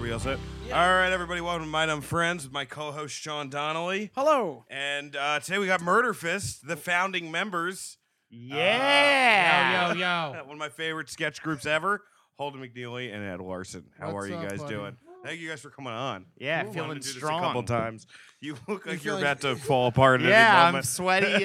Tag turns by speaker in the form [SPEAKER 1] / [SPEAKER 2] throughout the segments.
[SPEAKER 1] we all set? All right, everybody, welcome to My Dumb Friends with my co-host Sean Donnelly,
[SPEAKER 2] Hello.
[SPEAKER 1] and uh, today we got Murder Fist, the founding members.
[SPEAKER 2] Yeah.
[SPEAKER 3] Yo, yo,
[SPEAKER 1] Uh,
[SPEAKER 3] yo.
[SPEAKER 1] One of my favorite sketch groups ever. Holden McNeely and Ed Larson. How
[SPEAKER 4] What's
[SPEAKER 1] are you
[SPEAKER 4] up,
[SPEAKER 1] guys
[SPEAKER 4] buddy?
[SPEAKER 1] doing? Thank you guys for coming on.
[SPEAKER 2] Yeah,
[SPEAKER 1] Wanted
[SPEAKER 2] feeling
[SPEAKER 1] to do this
[SPEAKER 2] strong.
[SPEAKER 1] a couple times. You look like you're
[SPEAKER 4] feel like-
[SPEAKER 1] about to fall apart. At any
[SPEAKER 2] Yeah, I'm
[SPEAKER 1] moment.
[SPEAKER 2] sweaty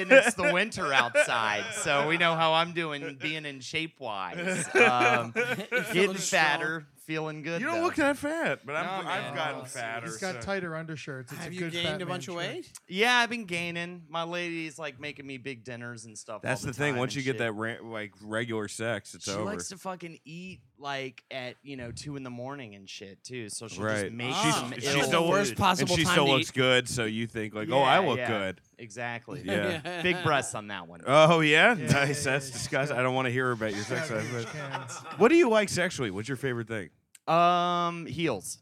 [SPEAKER 2] and it's the winter outside, so we know how I'm doing being in shape wise. Um, getting
[SPEAKER 4] feeling
[SPEAKER 2] fatter, feeling good.
[SPEAKER 1] You don't
[SPEAKER 2] though.
[SPEAKER 1] look that fat, but I'm,
[SPEAKER 3] No,
[SPEAKER 1] I've
[SPEAKER 3] man.
[SPEAKER 1] gotten
[SPEAKER 4] Oh,
[SPEAKER 1] fatter.
[SPEAKER 4] He's got
[SPEAKER 1] so-
[SPEAKER 4] tighter undershirts. It's
[SPEAKER 3] Have
[SPEAKER 4] a
[SPEAKER 3] you
[SPEAKER 4] good
[SPEAKER 3] gained
[SPEAKER 4] fat
[SPEAKER 3] a
[SPEAKER 4] man
[SPEAKER 3] bunch of
[SPEAKER 4] shirt.
[SPEAKER 3] weight?
[SPEAKER 2] yeah, I've been gaining. My lady's like making me big dinners and stuff.
[SPEAKER 1] That's
[SPEAKER 2] all
[SPEAKER 1] the
[SPEAKER 2] the,
[SPEAKER 1] thing.
[SPEAKER 2] time
[SPEAKER 1] Once
[SPEAKER 2] and
[SPEAKER 1] you get
[SPEAKER 2] shit.
[SPEAKER 1] that ra- like regular sex, it's
[SPEAKER 2] She
[SPEAKER 1] over.
[SPEAKER 2] likes to fucking eat like at you know two in the morning and shit too. So she'll
[SPEAKER 1] Right.
[SPEAKER 2] just make
[SPEAKER 3] She's-
[SPEAKER 2] some
[SPEAKER 3] she's
[SPEAKER 2] ill
[SPEAKER 3] the worst
[SPEAKER 2] food.
[SPEAKER 3] po-
[SPEAKER 1] and
[SPEAKER 3] possible
[SPEAKER 1] she
[SPEAKER 3] time
[SPEAKER 1] still
[SPEAKER 3] to
[SPEAKER 1] looks
[SPEAKER 3] eat.
[SPEAKER 1] good, so you think like, oh, I
[SPEAKER 2] Yeah,
[SPEAKER 1] look
[SPEAKER 2] yeah.
[SPEAKER 1] good.
[SPEAKER 2] Exactly.
[SPEAKER 1] Yeah.
[SPEAKER 2] Big breasts on that one.
[SPEAKER 1] Oh yeah,
[SPEAKER 4] Yeah, yeah,
[SPEAKER 1] nice.
[SPEAKER 4] yeah,
[SPEAKER 1] That's
[SPEAKER 4] she's
[SPEAKER 1] disgusting.
[SPEAKER 4] got-
[SPEAKER 1] I don't want to hear about your
[SPEAKER 4] He's
[SPEAKER 1] sex
[SPEAKER 4] got
[SPEAKER 1] life.
[SPEAKER 4] huge
[SPEAKER 1] but-
[SPEAKER 4] cans.
[SPEAKER 1] What do you like sexually? What's your favorite thing?
[SPEAKER 2] Um, heels.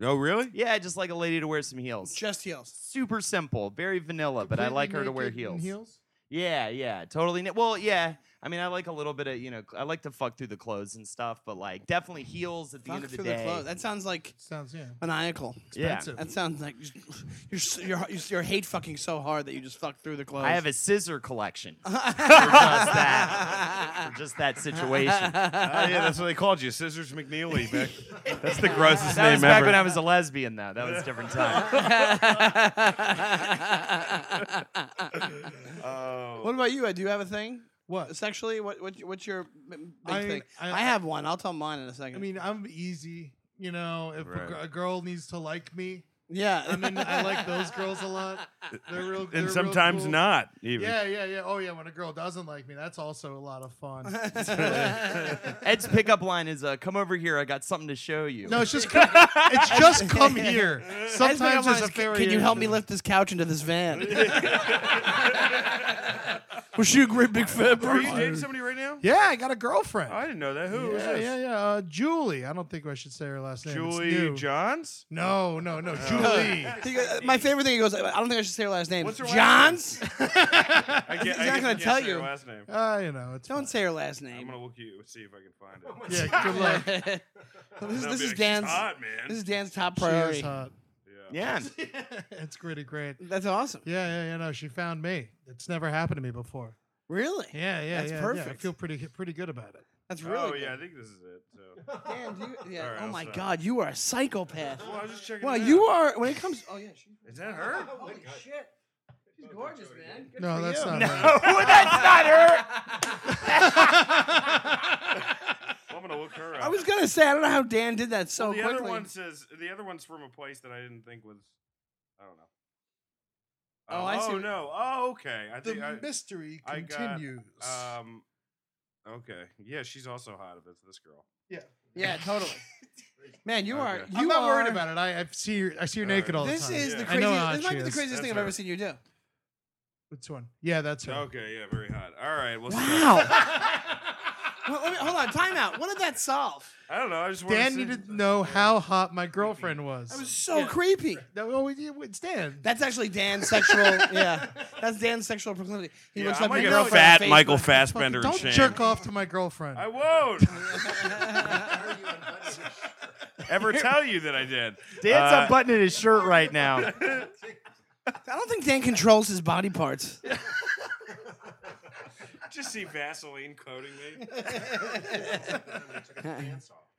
[SPEAKER 1] Oh really?
[SPEAKER 2] Yeah, I just like a lady to wear some heels.
[SPEAKER 3] Just heels.
[SPEAKER 2] super simple, very vanilla, but I
[SPEAKER 4] Completely
[SPEAKER 2] like her to wear
[SPEAKER 4] naked in
[SPEAKER 2] heels. Yeah, yeah, totally. Na- well, yeah. I mean, I like a little bit of you know, I like to fuck through the clothes and stuff, but like definitely heels at the end
[SPEAKER 3] Fuck
[SPEAKER 2] of the
[SPEAKER 3] through
[SPEAKER 2] day.
[SPEAKER 3] the clothes. That sounds like
[SPEAKER 4] Sounds yeah.
[SPEAKER 3] maniacal.
[SPEAKER 2] yeah.
[SPEAKER 4] expensive.
[SPEAKER 3] That sounds like just- you're s- you're you're hate fucking so hard that you just fuck through the clothes.
[SPEAKER 2] I have a scissor collection for just that, for just that situation.
[SPEAKER 1] Oh, yeah, that's what they called you, Scissors McNeely. Back. That's the grossest
[SPEAKER 2] That
[SPEAKER 1] name
[SPEAKER 2] was back
[SPEAKER 1] ever.
[SPEAKER 2] when I was a lesbian, though. That was a different time.
[SPEAKER 1] Oh.
[SPEAKER 3] What about you? Ed? Do you have a thing Uh,
[SPEAKER 4] What?
[SPEAKER 3] sexually? What what what's your b- big
[SPEAKER 4] I-
[SPEAKER 3] thing? I,
[SPEAKER 4] I-
[SPEAKER 3] have one. I'll tell mine in a second.
[SPEAKER 4] I mean, I'm easy. You know, if a,
[SPEAKER 1] Right.
[SPEAKER 4] gr- a girl needs to like me,
[SPEAKER 3] yeah.
[SPEAKER 4] I mean, I like those girls a lot. They're real. they're
[SPEAKER 1] and
[SPEAKER 4] real
[SPEAKER 1] sometimes
[SPEAKER 4] cool.
[SPEAKER 1] not even.
[SPEAKER 4] Yeah, yeah, yeah. Oh yeah, when a girl doesn't like me, that's also a lot of fun.
[SPEAKER 2] Ed's pickup line is, uh, "Come over here, I got something to show you."
[SPEAKER 4] no, it's just come, it's just come here.
[SPEAKER 3] That's what I
[SPEAKER 4] Sometimes
[SPEAKER 3] want
[SPEAKER 4] there's a
[SPEAKER 3] is, "C-
[SPEAKER 4] fairy.
[SPEAKER 3] Can you help me lift this couch into this van? Was she a great big fat
[SPEAKER 1] Are you
[SPEAKER 3] person?
[SPEAKER 1] dating somebody right now?
[SPEAKER 4] Yeah, I got a girlfriend.
[SPEAKER 1] Oh, I didn't know that. Who is
[SPEAKER 4] yeah,
[SPEAKER 1] this?
[SPEAKER 4] yeah, yeah. Uh, Julie. I don't think I should say her last name. It's
[SPEAKER 1] Julie
[SPEAKER 4] new.
[SPEAKER 1] Johns.
[SPEAKER 4] No, no, no. Julie.
[SPEAKER 3] He goes- My favorite thing he goes. I don't think I should say her last name.
[SPEAKER 1] What's her last
[SPEAKER 3] Johns.
[SPEAKER 1] I can't,
[SPEAKER 3] not
[SPEAKER 1] I
[SPEAKER 3] gonna
[SPEAKER 1] can't
[SPEAKER 3] tell
[SPEAKER 1] say her
[SPEAKER 3] you.
[SPEAKER 1] last name.
[SPEAKER 4] Uh, you know, it's
[SPEAKER 3] Don't say her last
[SPEAKER 1] I'm
[SPEAKER 3] name.
[SPEAKER 1] gonna look you see if I can find it.
[SPEAKER 4] yeah. Good luck.
[SPEAKER 3] this this
[SPEAKER 1] They'll be
[SPEAKER 3] is
[SPEAKER 1] like, "She's
[SPEAKER 3] Dan's.
[SPEAKER 1] hot, man.
[SPEAKER 3] This is Dan's top
[SPEAKER 4] She is
[SPEAKER 3] priority.
[SPEAKER 4] hot.
[SPEAKER 2] Yeah.
[SPEAKER 4] it's pretty great.
[SPEAKER 3] That's awesome.
[SPEAKER 4] Yeah, yeah, yeah. No, she found me. It's never happened to me before.
[SPEAKER 3] Really?
[SPEAKER 4] Yeah, yeah,
[SPEAKER 3] That's
[SPEAKER 4] yeah. Yeah. I
[SPEAKER 3] perfect.
[SPEAKER 4] feel pretty, pretty good about it.
[SPEAKER 3] That's
[SPEAKER 1] oh
[SPEAKER 3] really.
[SPEAKER 1] yeah, I
[SPEAKER 3] good.
[SPEAKER 1] think this is it. So.
[SPEAKER 3] Dan, do you, yeah.
[SPEAKER 1] All right,
[SPEAKER 3] oh
[SPEAKER 1] I'll
[SPEAKER 3] my
[SPEAKER 1] stop.
[SPEAKER 3] God, you are a psychopath.
[SPEAKER 1] Well, I was just checking.
[SPEAKER 3] Wow,
[SPEAKER 1] it out.
[SPEAKER 3] you are. When it comes. Oh yeah. She,
[SPEAKER 1] Is that her?
[SPEAKER 3] holy shit. She's
[SPEAKER 1] Oh,
[SPEAKER 3] gorgeous, man. Good
[SPEAKER 4] No,
[SPEAKER 3] for
[SPEAKER 4] that's
[SPEAKER 3] you.
[SPEAKER 4] not.
[SPEAKER 2] no,
[SPEAKER 4] her.
[SPEAKER 2] that's not her.
[SPEAKER 1] I'm gonna look her up.
[SPEAKER 3] I was gonna say I don't know how Dan did that so
[SPEAKER 1] Well, the
[SPEAKER 3] quickly.
[SPEAKER 1] other one says the other one's from a place that I didn't think was. I don't know.
[SPEAKER 3] Oh, I see
[SPEAKER 1] Oh
[SPEAKER 3] what-
[SPEAKER 1] no. Oh, okay. I think.
[SPEAKER 4] The
[SPEAKER 1] I,
[SPEAKER 4] mystery
[SPEAKER 1] I got,
[SPEAKER 4] continues.
[SPEAKER 1] um. Okay. Yeah, she's also hot. If it's this girl.
[SPEAKER 4] yeah.
[SPEAKER 3] yeah, totally. Man, you are.
[SPEAKER 1] Okay.
[SPEAKER 3] You
[SPEAKER 4] I'm not
[SPEAKER 3] are,
[SPEAKER 4] worried about it. I, I see her. I see her
[SPEAKER 1] All
[SPEAKER 4] naked
[SPEAKER 1] right.
[SPEAKER 4] all the
[SPEAKER 3] This
[SPEAKER 4] time.
[SPEAKER 3] is
[SPEAKER 1] Yeah.
[SPEAKER 3] the
[SPEAKER 4] I
[SPEAKER 3] craziest.
[SPEAKER 4] know uh, how
[SPEAKER 3] This might
[SPEAKER 4] she
[SPEAKER 3] be the
[SPEAKER 4] is.
[SPEAKER 3] craziest
[SPEAKER 1] That's
[SPEAKER 3] thing I've ever
[SPEAKER 1] her.
[SPEAKER 3] seen you do.
[SPEAKER 4] Which one? Yeah, that's her.
[SPEAKER 1] Okay. Yeah. Very hot. All right. Well. so-
[SPEAKER 3] Wow. well, let me, hold on. Time out. What did that solve?
[SPEAKER 1] I don't know. I just wanted
[SPEAKER 4] Dan
[SPEAKER 1] to
[SPEAKER 4] needed to know how hot my girlfriend was.
[SPEAKER 3] That was so creepy.
[SPEAKER 4] That oh, it- it's Dan.
[SPEAKER 3] That's actually Dan's sexual. yeah, that's Dan's sexual proclivity. He
[SPEAKER 1] Yeah,
[SPEAKER 3] looks
[SPEAKER 1] I'm
[SPEAKER 3] up
[SPEAKER 1] like
[SPEAKER 3] your
[SPEAKER 1] a
[SPEAKER 3] girlfriend
[SPEAKER 1] fat
[SPEAKER 3] on Facebook.
[SPEAKER 1] Michael
[SPEAKER 4] Fuck,
[SPEAKER 1] Fassbender.
[SPEAKER 4] don't
[SPEAKER 1] and shame.
[SPEAKER 4] jerk off to my girlfriend.
[SPEAKER 1] I won't. Ever tell you that I did?
[SPEAKER 2] Dan's
[SPEAKER 1] Uh,
[SPEAKER 2] unbuttoning his shirt right now.
[SPEAKER 3] I don't think Dan controls his body parts.
[SPEAKER 1] Just see Vaseline coating me.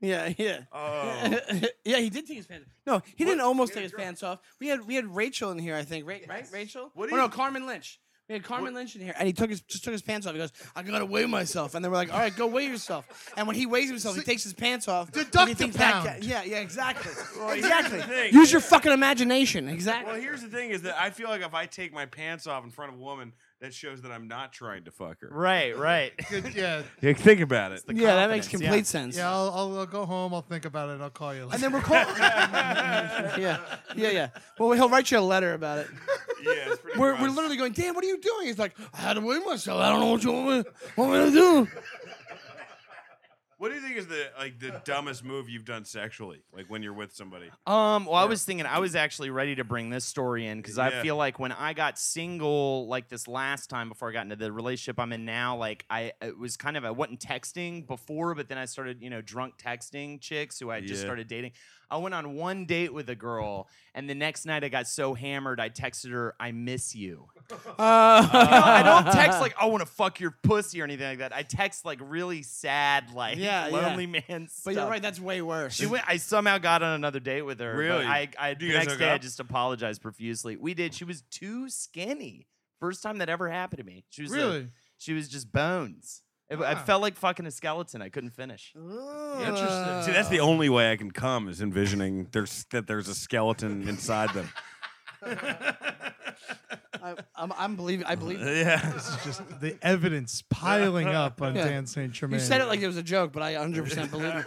[SPEAKER 3] Yeah, yeah.
[SPEAKER 1] Oh,
[SPEAKER 3] yeah, he did take his pants. No, he didn't almost take his pants off. We had we had Rachel in here, I think. Ra- Right, Rachel?
[SPEAKER 1] What
[SPEAKER 3] What
[SPEAKER 1] do
[SPEAKER 3] oh, no,
[SPEAKER 1] you-
[SPEAKER 3] Carmen Lynch. We had Carmen Lynch in here, and he took his just took his pants off. He goes, "I gotta weigh myself," and then we're like, "All right, go weigh yourself." And when he weighs himself, he takes his pants off.
[SPEAKER 4] Deduct
[SPEAKER 3] and he
[SPEAKER 4] a
[SPEAKER 3] thinks that
[SPEAKER 4] pound.
[SPEAKER 3] ca- yeah, yeah, exactly,
[SPEAKER 1] here's
[SPEAKER 3] exactly.
[SPEAKER 1] the thing.
[SPEAKER 3] Use your fucking imagination,
[SPEAKER 1] well,
[SPEAKER 3] exactly.
[SPEAKER 1] here's the thing: is that I feel like if I take my pants off in front of a woman, that shows that I'm not trying to fuck her.
[SPEAKER 2] right, right.
[SPEAKER 4] Good, yeah,
[SPEAKER 1] Yeah, think about it.
[SPEAKER 3] yeah, that makes
[SPEAKER 2] confidence, yeah.
[SPEAKER 3] complete sense.
[SPEAKER 4] yeah. I'll, I'll, I'll go home. I'll think about it. I'll call you. Later.
[SPEAKER 3] And then we're calling. yeah, yeah, yeah. Well, he'll write you a letter about it.
[SPEAKER 1] yeah, it's pretty
[SPEAKER 3] We're,
[SPEAKER 1] gross.
[SPEAKER 3] we're literally going, Dan, what are you doing? He's like, I had to weigh myself. I don't know what you want me, want me to do.
[SPEAKER 1] What do you think is the like the dumbest move you've done sexually? Like when you're with somebody.
[SPEAKER 2] Um, well, I
[SPEAKER 1] Or-
[SPEAKER 2] was thinking I was actually ready to bring this story in because I
[SPEAKER 1] Yeah.
[SPEAKER 2] feel like when I got single, like this last time before I got into the relationship I'm in now, like I it was kind of I wasn't texting before, but then I started you know drunk texting chicks who I just
[SPEAKER 1] Yeah.
[SPEAKER 2] started dating. I went on one date with a girl, and the next night I got so hammered I texted her, "I miss you." Uh, You know, I don't text like I want to fuck your pussy or anything like that. I text like really sad, like
[SPEAKER 3] Yeah, yeah.
[SPEAKER 2] lonely man stuff.
[SPEAKER 3] But you're right. That's way worse.
[SPEAKER 2] She went. I somehow got on another date with her. but
[SPEAKER 1] Really?
[SPEAKER 2] I, I
[SPEAKER 1] Do
[SPEAKER 2] the
[SPEAKER 1] you guys
[SPEAKER 2] next
[SPEAKER 1] hook
[SPEAKER 2] day I
[SPEAKER 1] up?
[SPEAKER 2] just apologized profusely. We did. She was too skinny. First time that ever happened to me. She was a-
[SPEAKER 4] Really?
[SPEAKER 2] she was just bones. It- I
[SPEAKER 4] Ah.
[SPEAKER 2] felt like fucking a skeleton. I couldn't finish.
[SPEAKER 4] Interesting.
[SPEAKER 1] See, that's the only way I can come is envisioning there's that there's a skeleton inside them.
[SPEAKER 3] I, I'm, I'm believing. I believe. that.
[SPEAKER 1] yeah.
[SPEAKER 4] It's just the evidence piling up on
[SPEAKER 3] Yeah.
[SPEAKER 4] Dan St.
[SPEAKER 3] You
[SPEAKER 4] Germain.
[SPEAKER 3] said it like it was a joke, but I 100 percent believe it.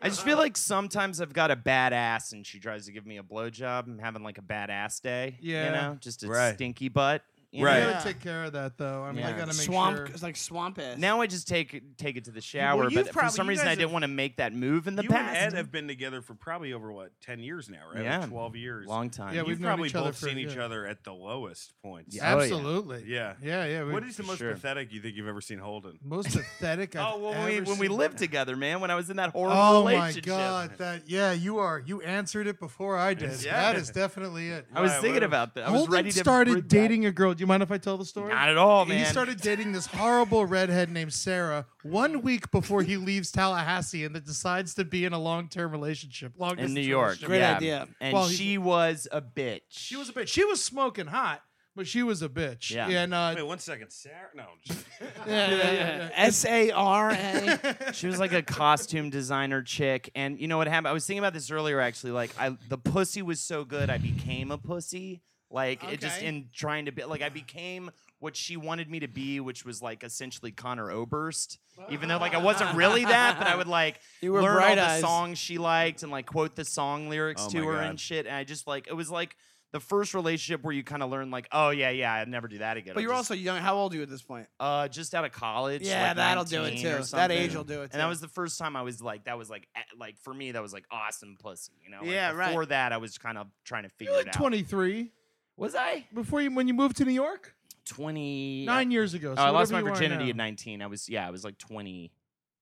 [SPEAKER 2] I just feel like sometimes I've got a bad ass and she tries to give me a blowjob. I'm having like a bad ass day.
[SPEAKER 4] Yeah.
[SPEAKER 2] You know, just a
[SPEAKER 1] Right.
[SPEAKER 2] stinky butt. you
[SPEAKER 1] Right.
[SPEAKER 4] You
[SPEAKER 2] know?
[SPEAKER 4] gotta take care of that though. I mean, I
[SPEAKER 2] Yeah.
[SPEAKER 4] gotta make
[SPEAKER 3] Swamp. oh,
[SPEAKER 4] sure.
[SPEAKER 3] It's like swamp ass.
[SPEAKER 2] Now I just take take it to the shower,
[SPEAKER 1] you've
[SPEAKER 2] but for
[SPEAKER 1] probably-
[SPEAKER 2] some
[SPEAKER 1] you
[SPEAKER 2] reason I
[SPEAKER 1] guys
[SPEAKER 2] didn't
[SPEAKER 1] have-
[SPEAKER 2] want to make that move in the
[SPEAKER 1] you
[SPEAKER 2] past.
[SPEAKER 1] and Ed have been together for probably over what ten years now, right? Like
[SPEAKER 2] Yeah.
[SPEAKER 1] twelve years.
[SPEAKER 2] Long time.
[SPEAKER 4] Yeah,
[SPEAKER 1] You've
[SPEAKER 4] we've known
[SPEAKER 1] probably
[SPEAKER 4] each other
[SPEAKER 1] both
[SPEAKER 4] for-
[SPEAKER 1] seen each
[SPEAKER 4] yeah.
[SPEAKER 1] other at the lowest points.
[SPEAKER 2] Yeah. Oh,
[SPEAKER 4] Absolutely.
[SPEAKER 1] Yeah.
[SPEAKER 4] Yeah. Yeah. we-
[SPEAKER 1] What is the
[SPEAKER 2] For
[SPEAKER 1] most
[SPEAKER 2] sure.
[SPEAKER 1] pathetic you think you've ever seen Holden?
[SPEAKER 4] most pathetic? I've
[SPEAKER 2] Oh, well, when we,
[SPEAKER 4] ever
[SPEAKER 2] when we
[SPEAKER 4] seen.
[SPEAKER 2] lived together, man, when I was in that horrible
[SPEAKER 4] Oh my
[SPEAKER 2] relationship.
[SPEAKER 4] God! That yeah, you are. You answered it before I did.
[SPEAKER 1] Yeah.
[SPEAKER 4] That is definitely it.
[SPEAKER 2] I was
[SPEAKER 1] Why,
[SPEAKER 2] thinking
[SPEAKER 1] what-
[SPEAKER 2] about that. I was
[SPEAKER 4] Holden
[SPEAKER 2] ready to bring
[SPEAKER 4] started
[SPEAKER 2] that-
[SPEAKER 4] dating a girl. Do you mind if I tell the story?
[SPEAKER 2] Not at all,
[SPEAKER 4] He
[SPEAKER 2] man.
[SPEAKER 4] started dating this horrible redhead named Sarah one week before he leaves Tallahassee and that decides to be in a long term relationship. Long
[SPEAKER 2] in New York.
[SPEAKER 3] Great
[SPEAKER 2] yeah.
[SPEAKER 3] idea.
[SPEAKER 2] And
[SPEAKER 4] Well, he's-
[SPEAKER 2] she was a bitch.
[SPEAKER 4] She was a bitch. She was smoking hot, but she was a bitch.
[SPEAKER 2] Yeah.
[SPEAKER 4] And uh,
[SPEAKER 1] Wait one second, Sarah. No, I'm just-
[SPEAKER 4] yeah, yeah, yeah, yeah.
[SPEAKER 3] S A R A.
[SPEAKER 2] She was like a costume designer chick, and you know what happened? I was thinking about this earlier, actually. Like, I the pussy was so good, I became a pussy. Like, it just
[SPEAKER 4] Okay.
[SPEAKER 2] in trying to be like, I became what she wanted me to be, which was like essentially Connor Oberst. Even though like I wasn't really that, but I would like
[SPEAKER 3] You were
[SPEAKER 2] learn all
[SPEAKER 3] bright
[SPEAKER 2] the
[SPEAKER 3] eyes.
[SPEAKER 2] songs she liked and like quote the song lyrics
[SPEAKER 1] Oh
[SPEAKER 2] to
[SPEAKER 1] my
[SPEAKER 2] her
[SPEAKER 1] God.
[SPEAKER 2] and shit. And I just like it was like the first relationship where you kind of learn like, oh yeah, yeah, I'd never do that again.
[SPEAKER 3] But
[SPEAKER 2] I'll
[SPEAKER 3] you're
[SPEAKER 2] just
[SPEAKER 3] also young. How old are you at this point?
[SPEAKER 2] uh, just out of college.
[SPEAKER 3] Yeah,
[SPEAKER 2] like
[SPEAKER 3] that'll do it
[SPEAKER 2] 19 or
[SPEAKER 3] too. That age
[SPEAKER 2] something.
[SPEAKER 3] will do it
[SPEAKER 2] And that
[SPEAKER 3] too.
[SPEAKER 2] was the first time I was like, that was like, eh, like for me, that was like awesome pussy. You know, Like,
[SPEAKER 3] Yeah, right.
[SPEAKER 2] Before that, I was kind of trying to figure
[SPEAKER 4] You're like
[SPEAKER 2] it out.
[SPEAKER 4] 23
[SPEAKER 2] Was I
[SPEAKER 4] before you when you moved to New York?
[SPEAKER 2] twenty?
[SPEAKER 4] Nine years ago.
[SPEAKER 2] Oh,
[SPEAKER 4] So
[SPEAKER 2] I lost my
[SPEAKER 4] whatever you are
[SPEAKER 2] virginity
[SPEAKER 4] now.
[SPEAKER 2] at nineteen. I was yeah, I was like twenty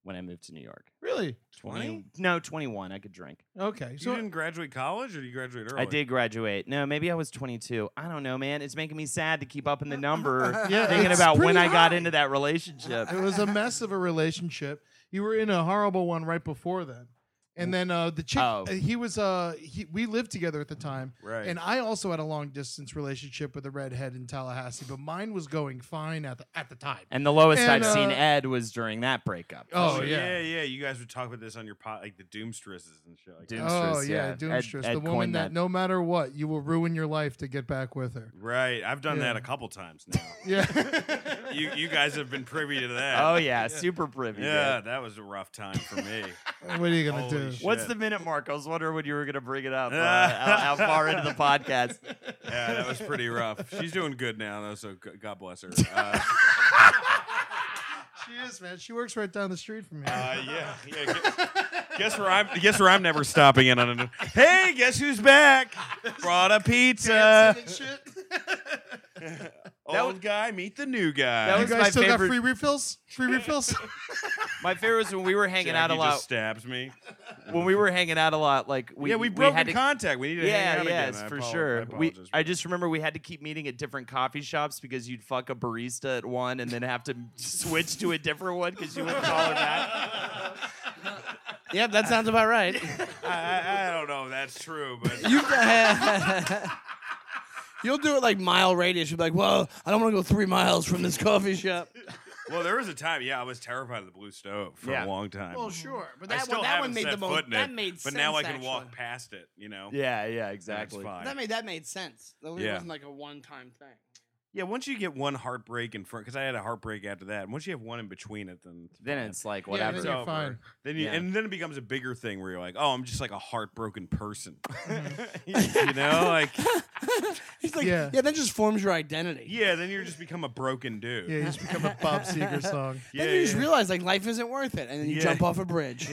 [SPEAKER 2] when I moved to New York.
[SPEAKER 4] Really?
[SPEAKER 1] 20?
[SPEAKER 2] No, twenty-one. I could drink.
[SPEAKER 4] Okay.
[SPEAKER 1] you
[SPEAKER 4] So
[SPEAKER 1] didn't graduate college, or you graduated early?
[SPEAKER 2] I did graduate. No, maybe I was twenty-two. I don't know, man. It's making me sad to keep up in the number,
[SPEAKER 4] Yeah,
[SPEAKER 2] thinking
[SPEAKER 4] it's
[SPEAKER 2] about when
[SPEAKER 4] pretty
[SPEAKER 2] I got
[SPEAKER 4] high.
[SPEAKER 2] into that relationship.
[SPEAKER 4] It was a mess of a relationship. You were in a horrible one right before then. And then uh, the chick,
[SPEAKER 2] Oh.
[SPEAKER 4] uh, he was, uh, he, we lived together at the time.
[SPEAKER 1] Right.
[SPEAKER 4] And I also had a long distance relationship with a redhead in Tallahassee, but mine was going fine at the, at the time.
[SPEAKER 2] And the lowest
[SPEAKER 4] And,
[SPEAKER 2] I've seen
[SPEAKER 4] uh,
[SPEAKER 2] Ed was during that breakup.
[SPEAKER 4] Oh,
[SPEAKER 1] Oh yeah.
[SPEAKER 4] yeah.
[SPEAKER 1] yeah, You guys would talk about this on your pot, like the Doomstresses and shit. Like that.
[SPEAKER 2] Doom-
[SPEAKER 4] oh,
[SPEAKER 2] Doomstress,
[SPEAKER 4] yeah.
[SPEAKER 2] yeah.
[SPEAKER 4] Doomstress.
[SPEAKER 2] Ed- Ed
[SPEAKER 4] the woman
[SPEAKER 2] coined
[SPEAKER 4] that,
[SPEAKER 2] that.
[SPEAKER 4] no matter what, you will ruin your life to get back with her.
[SPEAKER 1] Right. I've done
[SPEAKER 4] Yeah.
[SPEAKER 1] that a couple times now.
[SPEAKER 4] Yeah.
[SPEAKER 1] you you guys have been privy to that.
[SPEAKER 2] Oh yeah, super privy.
[SPEAKER 1] Yeah,
[SPEAKER 2] dude.
[SPEAKER 1] that was a rough time for me.
[SPEAKER 4] what are you going to
[SPEAKER 1] Holy shit.
[SPEAKER 4] do?
[SPEAKER 2] What's the minute mark? I was wondering when you were gonna bring it up. Uh, how, how far into the podcast?
[SPEAKER 1] yeah, that was pretty rough. She's doing good now, though, so g- God bless her. Uh,
[SPEAKER 4] She is, man. She works right down the street from here.
[SPEAKER 1] uh, yeah, yeah. Guess, guess where I'm? Guess where I'm never stopping in on a. Hey, guess who's back? Brought a pizza. Old guy, meet the new guy.
[SPEAKER 2] that
[SPEAKER 4] you
[SPEAKER 2] was
[SPEAKER 4] guys
[SPEAKER 2] my
[SPEAKER 4] still
[SPEAKER 2] favorite-
[SPEAKER 4] got free refills? Free refills?
[SPEAKER 2] My favorite was when we were hanging
[SPEAKER 1] Jackie
[SPEAKER 2] out a
[SPEAKER 1] Just
[SPEAKER 2] lot.
[SPEAKER 1] stabs me.
[SPEAKER 2] When we were hanging out a lot, like we
[SPEAKER 1] yeah, we broke
[SPEAKER 2] had to,
[SPEAKER 1] contact. We need to hang
[SPEAKER 2] Yeah,
[SPEAKER 1] out
[SPEAKER 2] yeah,
[SPEAKER 1] again.
[SPEAKER 2] it's
[SPEAKER 1] I
[SPEAKER 2] for
[SPEAKER 1] apolo- I
[SPEAKER 2] sure. we,
[SPEAKER 1] apologize for
[SPEAKER 2] I just remember we had to keep meeting at different coffee shops because you'd fuck a barista at one and then have to switch to a different one because you wouldn't call her back.
[SPEAKER 3] Yep, that sounds about right.
[SPEAKER 1] that. I, I, I don't know if that's true, but
[SPEAKER 3] You, you'll do it like mile radius. You'll be like, well, I don't want to go three miles from this coffee shop.
[SPEAKER 1] well, there was a time. Yeah, I was terrified of the blue stove for
[SPEAKER 2] Yeah.
[SPEAKER 1] a long time.
[SPEAKER 3] Well, sure, but
[SPEAKER 1] I
[SPEAKER 3] that
[SPEAKER 1] still
[SPEAKER 3] one that one
[SPEAKER 1] haven't
[SPEAKER 3] made
[SPEAKER 1] set
[SPEAKER 3] the
[SPEAKER 1] foot
[SPEAKER 3] most.
[SPEAKER 1] in
[SPEAKER 3] That
[SPEAKER 1] it,
[SPEAKER 3] made
[SPEAKER 1] But
[SPEAKER 3] sense.
[SPEAKER 1] now I can walk
[SPEAKER 3] actually.
[SPEAKER 1] past it. You know.
[SPEAKER 2] Yeah, yeah,
[SPEAKER 1] That's
[SPEAKER 2] exactly.
[SPEAKER 1] fine.
[SPEAKER 3] That made that made sense. That
[SPEAKER 1] Yeah.
[SPEAKER 3] wasn't like a one time thing.
[SPEAKER 1] Yeah, once you get one heartbreak in front, because I had a heartbreak after that. and Once you have one in between it, then
[SPEAKER 2] Then it's like
[SPEAKER 4] Yeah,
[SPEAKER 2] whatever.
[SPEAKER 4] then
[SPEAKER 1] It's over.
[SPEAKER 4] you're fine.
[SPEAKER 1] then you,
[SPEAKER 2] Yeah.
[SPEAKER 1] and then it becomes a bigger thing where you're like, oh, I'm just like a heartbroken person. you know, like
[SPEAKER 3] He's like, yeah.
[SPEAKER 4] Yeah.
[SPEAKER 3] that just forms your identity.
[SPEAKER 1] yeah. Then you just become a broken dude.
[SPEAKER 4] Yeah, you just become a Bob Seger song.
[SPEAKER 1] Yeah,
[SPEAKER 3] then you just
[SPEAKER 1] yeah.
[SPEAKER 3] realize like life isn't worth it, and then you
[SPEAKER 1] Yeah.
[SPEAKER 3] jump off a bridge.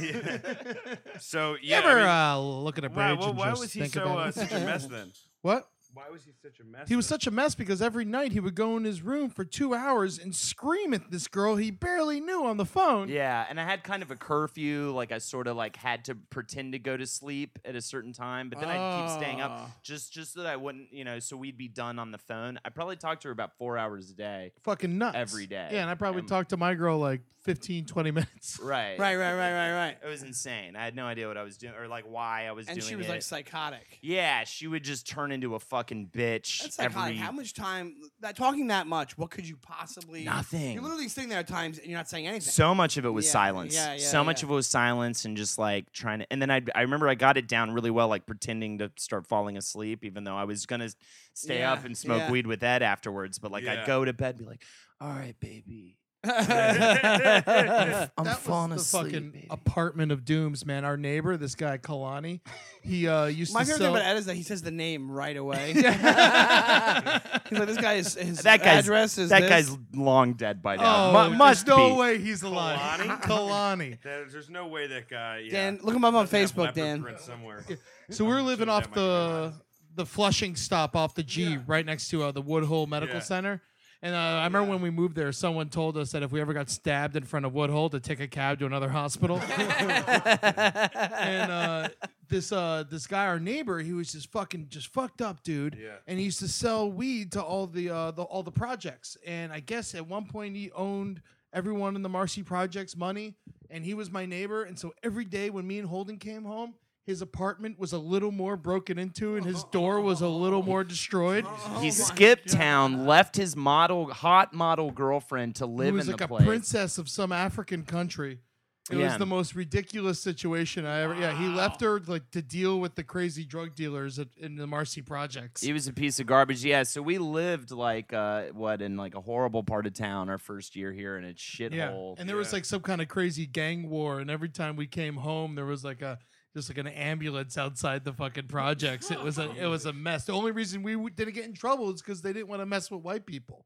[SPEAKER 1] So
[SPEAKER 4] You
[SPEAKER 1] yeah. I
[SPEAKER 4] ever
[SPEAKER 1] mean,
[SPEAKER 4] uh, look at a bridge
[SPEAKER 1] why, why,
[SPEAKER 4] and
[SPEAKER 1] why
[SPEAKER 4] just
[SPEAKER 1] was he
[SPEAKER 4] think
[SPEAKER 1] so
[SPEAKER 4] about
[SPEAKER 1] uh,
[SPEAKER 4] it?
[SPEAKER 1] such a mess then?
[SPEAKER 4] What?
[SPEAKER 1] Why was he such a mess?
[SPEAKER 4] He was
[SPEAKER 1] then?
[SPEAKER 4] such a mess because every night he would go in his room for two hours and scream at this girl he barely knew on the phone.
[SPEAKER 2] Yeah, and I had kind of a curfew. Like I sort of like had to pretend to go to sleep at a certain time, but then I'd keep staying
[SPEAKER 3] Ah.
[SPEAKER 2] up just just so that I wouldn't, you know, so we'd be done on the phone. I probably talked to her about four hours a day.
[SPEAKER 4] Fucking nuts.
[SPEAKER 2] Every day.
[SPEAKER 4] Yeah, and I probably
[SPEAKER 2] Um,
[SPEAKER 4] talked to my girl like 15, 20 minutes.
[SPEAKER 2] Right.
[SPEAKER 3] Right, right, right, right, right.
[SPEAKER 2] It was insane. I had no idea what I was doing or like why I was
[SPEAKER 3] And
[SPEAKER 2] doing
[SPEAKER 3] she was
[SPEAKER 2] it.
[SPEAKER 3] like psychotic.
[SPEAKER 2] yeah, she would just turn into a fucking bitch.
[SPEAKER 3] That's psychotic.
[SPEAKER 2] every-
[SPEAKER 3] How much time that talking that much? What could you possibly?
[SPEAKER 2] Nothing.
[SPEAKER 3] You're literally sitting there at times and you're not saying anything.
[SPEAKER 2] so much of it was
[SPEAKER 3] Yeah,
[SPEAKER 2] silence.
[SPEAKER 3] yeah, yeah,
[SPEAKER 2] so much
[SPEAKER 3] yeah.
[SPEAKER 2] of it was silence and just like trying to. And then I, I remember I got it down really well, like pretending to start falling asleep, even though I was gonna stay
[SPEAKER 3] Yeah,
[SPEAKER 2] up and smoke
[SPEAKER 3] yeah.
[SPEAKER 2] weed with Ed afterwards. But like
[SPEAKER 1] Yeah.
[SPEAKER 2] I'd go to bed, and be like, "All right, baby, I'm
[SPEAKER 4] that
[SPEAKER 2] falling
[SPEAKER 4] was the
[SPEAKER 2] asleep."
[SPEAKER 4] fucking
[SPEAKER 2] baby."
[SPEAKER 4] apartment of dooms, man. Our neighbor, this guy Kalani, he uh, used
[SPEAKER 3] My
[SPEAKER 4] to
[SPEAKER 3] favorite
[SPEAKER 4] sell.
[SPEAKER 3] thing about Ed is that he says the name right away. He's like, this guy is his
[SPEAKER 2] that guy's
[SPEAKER 3] address is
[SPEAKER 2] that
[SPEAKER 3] this.
[SPEAKER 2] guy's long dead by now.
[SPEAKER 4] oh,
[SPEAKER 2] Mu-
[SPEAKER 4] there's
[SPEAKER 2] must
[SPEAKER 4] no
[SPEAKER 2] be.
[SPEAKER 4] way he's alive.
[SPEAKER 1] Kalani?
[SPEAKER 4] Kalani.
[SPEAKER 1] There- There's no way that guy. Yeah,
[SPEAKER 3] Dan, look him up on
[SPEAKER 1] doesn't have
[SPEAKER 3] Facebook,
[SPEAKER 1] leopard
[SPEAKER 3] Dan.
[SPEAKER 1] print somewhere.
[SPEAKER 4] So we're
[SPEAKER 1] I'm
[SPEAKER 4] living
[SPEAKER 1] sure
[SPEAKER 4] off
[SPEAKER 1] that
[SPEAKER 4] the
[SPEAKER 1] might
[SPEAKER 4] the flushing stop off the G right next to uh, the Woodhull Medical
[SPEAKER 1] Yeah.
[SPEAKER 4] Center. And uh, I remember when we moved there, someone told us that if we ever got stabbed in front of Woodhull, to take a cab to another hospital. and uh, this uh, this guy, our neighbor, he was just fucking just fucked up, dude.
[SPEAKER 1] Yeah.
[SPEAKER 4] And he used to sell weed to all the, uh, the all the projects. And I guess at one point he owned everyone in the Marcy projects' money, and he was my neighbor. And so every day when me and Holden came home. His apartment was a little more broken into, and his door was a little more destroyed.
[SPEAKER 2] He skipped town, left his model, hot model girlfriend to live
[SPEAKER 4] It was
[SPEAKER 2] in
[SPEAKER 4] like
[SPEAKER 2] the
[SPEAKER 4] a
[SPEAKER 2] place.
[SPEAKER 4] princess of some African country. It was
[SPEAKER 2] Yeah.
[SPEAKER 4] the most ridiculous situation I ever. Yeah, he left her like to deal with the crazy drug dealers at, in the Marcy projects.
[SPEAKER 2] He was a piece of garbage. Yeah. So we lived like uh, what in like a horrible part of town our first year here in a
[SPEAKER 4] yeah,
[SPEAKER 2] shithole.
[SPEAKER 4] and there was like some kind of crazy gang war, and every time we came home, there was like a just like an ambulance outside the fucking projects. It was a it was a mess. The only reason we w- didn't get in trouble is because they didn't want to mess with white people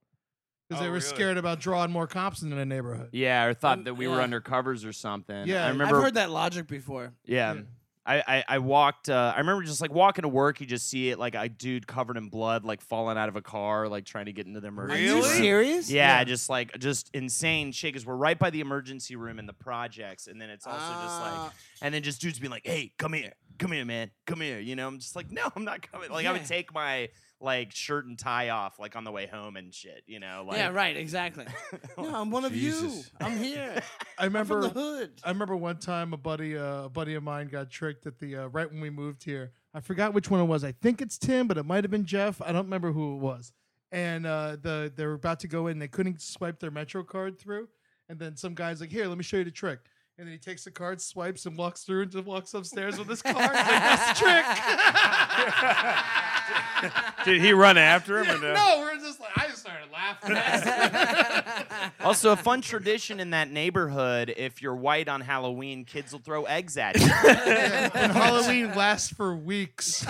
[SPEAKER 4] because
[SPEAKER 1] Oh,
[SPEAKER 4] they were
[SPEAKER 1] really?
[SPEAKER 4] scared about drawing more cops into the neighborhood.
[SPEAKER 2] yeah, or thought
[SPEAKER 3] Um,
[SPEAKER 2] that we were
[SPEAKER 3] yeah.
[SPEAKER 2] under covers or something.
[SPEAKER 4] Yeah,
[SPEAKER 2] I
[SPEAKER 4] I've
[SPEAKER 2] remember.
[SPEAKER 3] I've heard that logic before.
[SPEAKER 2] yeah.
[SPEAKER 4] Yeah.
[SPEAKER 2] I, I, I walked. Uh, I remember just like walking to work. You just see it like a dude covered in blood, like falling out of a car, like trying to get into the emergency
[SPEAKER 3] Are you
[SPEAKER 1] Really?
[SPEAKER 2] room.
[SPEAKER 3] serious?
[SPEAKER 2] Yeah, just like just insane shit. Because we're right by the emergency room and the projects, and then it's also just like,
[SPEAKER 3] Ah.
[SPEAKER 2] and then just dudes being like, "Hey, come here, come here, man, come here." You know, I'm just like, "No, I'm not coming." Like I
[SPEAKER 3] Yeah.
[SPEAKER 2] would take my like shirt and tie off like on the way home and shit. You know, like
[SPEAKER 3] yeah, right. Exactly. no, I'm one of you.
[SPEAKER 1] Jesus.
[SPEAKER 3] I'm here.
[SPEAKER 4] I
[SPEAKER 3] From
[SPEAKER 4] remember
[SPEAKER 3] the hood.
[SPEAKER 2] Uh,
[SPEAKER 4] I remember one time a buddy, uh, a buddy of mine got tricked at the uh, right when we moved here. I forgot which one it was. I think it's Tim, but it might have been Jeff. I don't remember who it was. And uh, the they were about to go in. They couldn't swipe their Metro card through. And then some guy's like, "Here, let me show you the trick." And then he takes the card, swipes, and walks through and just walks upstairs with his card. He's like, That's the trick.
[SPEAKER 1] Did he run after him? or no?
[SPEAKER 4] no, we're just like I started laughing.
[SPEAKER 2] also a fun tradition in that neighborhood. If you're white on Halloween, kids will throw eggs at you.
[SPEAKER 4] and Halloween lasts for weeks.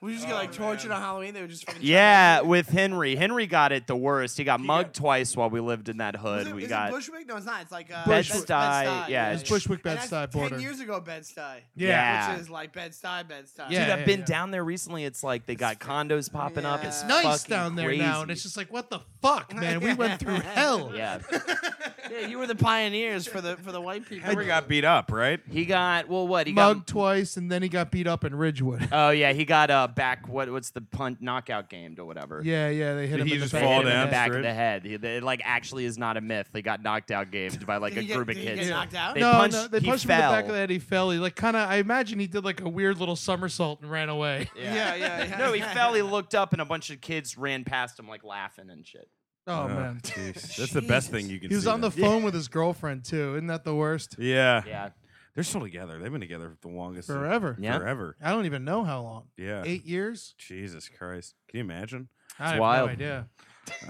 [SPEAKER 3] we just get like tortured on Halloween. They were just fucking
[SPEAKER 2] yeah, with Henry. Henry got it the worst. He got mugged twice while we lived in that hood.
[SPEAKER 3] Is it,
[SPEAKER 2] we
[SPEAKER 3] is
[SPEAKER 2] got
[SPEAKER 3] it Bushwick? No, it's not. It's like uh,
[SPEAKER 4] Bed-Stuy.
[SPEAKER 3] Bed-Stuy.
[SPEAKER 2] Yeah, it's
[SPEAKER 4] It's Bushwick
[SPEAKER 3] And
[SPEAKER 4] bed
[SPEAKER 3] that's
[SPEAKER 4] side border.
[SPEAKER 3] Ten years ago, Bed Stuy.
[SPEAKER 2] Yeah.
[SPEAKER 3] Which is like Bed Stuy, Bed Stuy.
[SPEAKER 4] Yeah.
[SPEAKER 2] Dude, I've been down there recently. It's like they got condos popping up.
[SPEAKER 3] Yeah.
[SPEAKER 2] It's
[SPEAKER 3] It's
[SPEAKER 4] nice
[SPEAKER 2] fucking
[SPEAKER 4] down there
[SPEAKER 2] crazy.
[SPEAKER 4] now, and it's just like, what the fuck, man? We went through hell.
[SPEAKER 2] yeah.
[SPEAKER 3] Yeah, you were the pioneers for the for the white people.
[SPEAKER 1] Henry got beat up, right?
[SPEAKER 2] He got well. What he
[SPEAKER 4] Mugged
[SPEAKER 2] got?
[SPEAKER 4] twice, and then he got beat up in Ridgewood.
[SPEAKER 2] Oh yeah, he got uh back. What what's the punt knockout game or whatever?
[SPEAKER 4] yeah, yeah, they hit
[SPEAKER 1] Did
[SPEAKER 4] him.
[SPEAKER 1] he
[SPEAKER 4] in
[SPEAKER 1] just
[SPEAKER 4] the
[SPEAKER 2] They
[SPEAKER 4] back
[SPEAKER 2] hit
[SPEAKER 1] fall
[SPEAKER 4] of
[SPEAKER 2] him
[SPEAKER 4] the
[SPEAKER 2] in
[SPEAKER 1] down
[SPEAKER 2] the back of
[SPEAKER 1] straight?
[SPEAKER 2] the head. He- they- It like actually is not a myth. They got knocked out gamed by like
[SPEAKER 3] Did
[SPEAKER 2] a
[SPEAKER 3] he get-
[SPEAKER 2] group of
[SPEAKER 3] did he get
[SPEAKER 2] kids.
[SPEAKER 3] knocked out?
[SPEAKER 2] They
[SPEAKER 4] no,
[SPEAKER 2] punched,
[SPEAKER 4] no, they
[SPEAKER 2] he
[SPEAKER 4] punched him in
[SPEAKER 2] fell.
[SPEAKER 4] the back of the head. He fell. He like kind of. I imagine he did like a weird little somersault and ran away.
[SPEAKER 3] yeah, yeah, yeah.
[SPEAKER 2] No, he fell. He looked up, and a bunch of kids ran past him like laughing and shit.
[SPEAKER 4] Oh man,
[SPEAKER 1] That's the best thing you can.
[SPEAKER 4] he was
[SPEAKER 1] see
[SPEAKER 4] on the
[SPEAKER 1] then.
[SPEAKER 4] phone with his girlfriend too. Isn't that the worst?
[SPEAKER 1] Yeah.
[SPEAKER 2] Yeah.
[SPEAKER 1] They're still together. They've been together the longest
[SPEAKER 4] forever.
[SPEAKER 2] Yeah.
[SPEAKER 1] Forever.
[SPEAKER 4] I don't even know how long.
[SPEAKER 1] Yeah.
[SPEAKER 4] Eight years?
[SPEAKER 1] Jesus Christ. Can you imagine?
[SPEAKER 4] I have
[SPEAKER 2] wild.
[SPEAKER 4] no idea.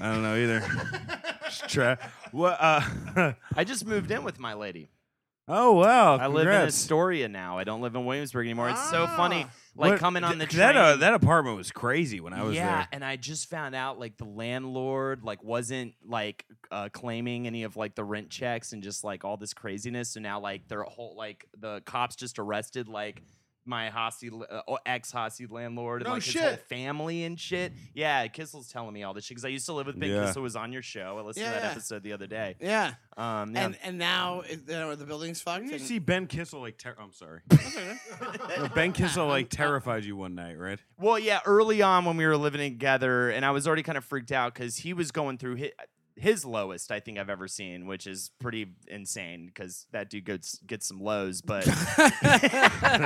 [SPEAKER 1] I don't know either. Just try. What? Uh,
[SPEAKER 2] I just moved in with my lady.
[SPEAKER 1] oh wow!
[SPEAKER 2] I live in
[SPEAKER 1] congrats.
[SPEAKER 2] Astoria now. I don't live in Williamsburg anymore. It's so funny.
[SPEAKER 4] Ah.
[SPEAKER 2] Like
[SPEAKER 1] What-
[SPEAKER 2] coming on the
[SPEAKER 1] th-
[SPEAKER 2] train.
[SPEAKER 1] That, uh, that apartment was crazy when I was
[SPEAKER 2] yeah,
[SPEAKER 1] there.
[SPEAKER 2] and I just found out like the landlord like wasn't like uh, claiming any of like the rent checks and just like all this craziness. So now like their whole like the cops just arrested like my Hossie uh, ex Hossie landlord and
[SPEAKER 4] No
[SPEAKER 2] like his whole
[SPEAKER 4] shit.
[SPEAKER 2] family and shit. Yeah, Kissel's telling me all this shit because I used to live with Big
[SPEAKER 1] Yeah.
[SPEAKER 2] Kissel was on your show. I listened to that
[SPEAKER 3] Yeah.
[SPEAKER 2] episode the other day.
[SPEAKER 3] Yeah.
[SPEAKER 2] Um, yeah.
[SPEAKER 3] And and now it, the, the building's fucked.
[SPEAKER 1] Didn't you
[SPEAKER 3] and-
[SPEAKER 1] see Ben Kissel like? Ter- I'm sorry. No, ben
[SPEAKER 3] I'm-
[SPEAKER 1] Kissel like
[SPEAKER 3] I'm-
[SPEAKER 1] terrified you one night, right?
[SPEAKER 2] Well, yeah, early on when we were living together, and I was already kind of freaked out because he was going through his, his lowest I think I've ever seen, which is pretty insane because that dude gets gets some lows. But and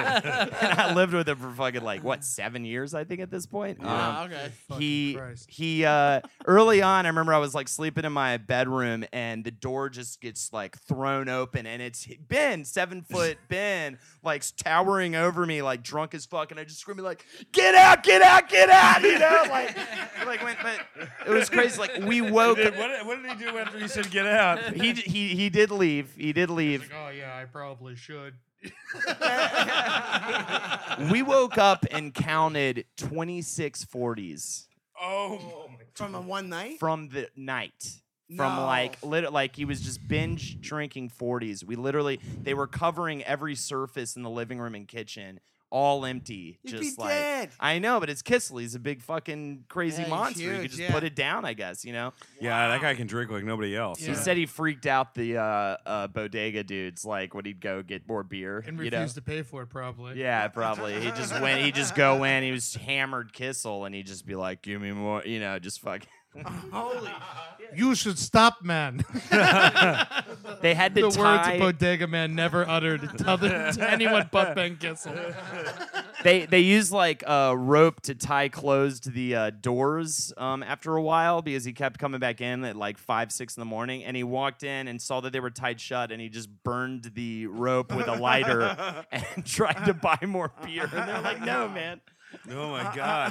[SPEAKER 2] I lived with him for fucking like what seven years I think at this point. Um,
[SPEAKER 3] Oh, okay.
[SPEAKER 4] Fucking
[SPEAKER 2] he
[SPEAKER 4] Christ.
[SPEAKER 2] he uh early on i remember i was like sleeping in my bedroom and the door just gets like thrown open and it's ben seven foot ben like towering over me like drunk as fuck and i just screaming like get out get out get out you know like like when but it was crazy like we woke
[SPEAKER 1] Dude, what, did- what did he do after you said get out?
[SPEAKER 2] he d- he he did leave he did leave
[SPEAKER 4] Like, oh yeah, I probably should. "Ah."
[SPEAKER 2] we woke up and counted 26 40s
[SPEAKER 1] Oh,
[SPEAKER 3] From a one night?
[SPEAKER 2] from the night. From
[SPEAKER 3] No.
[SPEAKER 2] like lit- like he was just binge drinking 40s. We literally they were covering every surface in the living room and kitchen, all empty.
[SPEAKER 3] You'd be
[SPEAKER 2] just like
[SPEAKER 3] dead.
[SPEAKER 2] I know, but it's Kissel. He's a big fucking crazy
[SPEAKER 3] Yeah, he's
[SPEAKER 2] monster. you could
[SPEAKER 3] huge,
[SPEAKER 2] just
[SPEAKER 3] yeah.
[SPEAKER 2] put it down, I guess. You know.
[SPEAKER 1] yeah, that guy can drink like nobody else.
[SPEAKER 4] Yeah.
[SPEAKER 2] He said he freaked out the uh, uh, bodega dudes like when he'd go get more beer.
[SPEAKER 4] And
[SPEAKER 2] you
[SPEAKER 4] refused
[SPEAKER 2] know?
[SPEAKER 4] to pay for it probably.
[SPEAKER 2] Yeah, probably. He just went. He just go in. He was hammered Kissel, and he'd just be like, "Give me more," you know, just fuck.
[SPEAKER 3] Holy.
[SPEAKER 4] You should stop, man.
[SPEAKER 2] They had to
[SPEAKER 4] the words
[SPEAKER 2] tie-
[SPEAKER 4] a bodega man never uttered to, other, to anyone but Ben Kissel.
[SPEAKER 2] they they used like a rope to tie closed the uh, doors um, after a while because he kept coming back in at like five six in the morning and he walked in and saw that they were tied shut and he just burned the rope with a lighter and tried to buy more beer and they're like no man
[SPEAKER 1] Oh my God.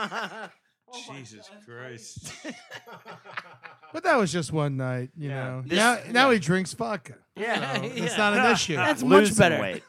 [SPEAKER 2] Oh
[SPEAKER 1] Jesus Christ.
[SPEAKER 4] But that was just one night, you
[SPEAKER 2] Yeah.
[SPEAKER 4] know.
[SPEAKER 2] This-
[SPEAKER 4] now, now he drinks vodka.
[SPEAKER 3] Yeah.
[SPEAKER 4] So
[SPEAKER 3] yeah.
[SPEAKER 4] It's not an issue.
[SPEAKER 3] That's much
[SPEAKER 2] losing
[SPEAKER 3] better.
[SPEAKER 2] weight.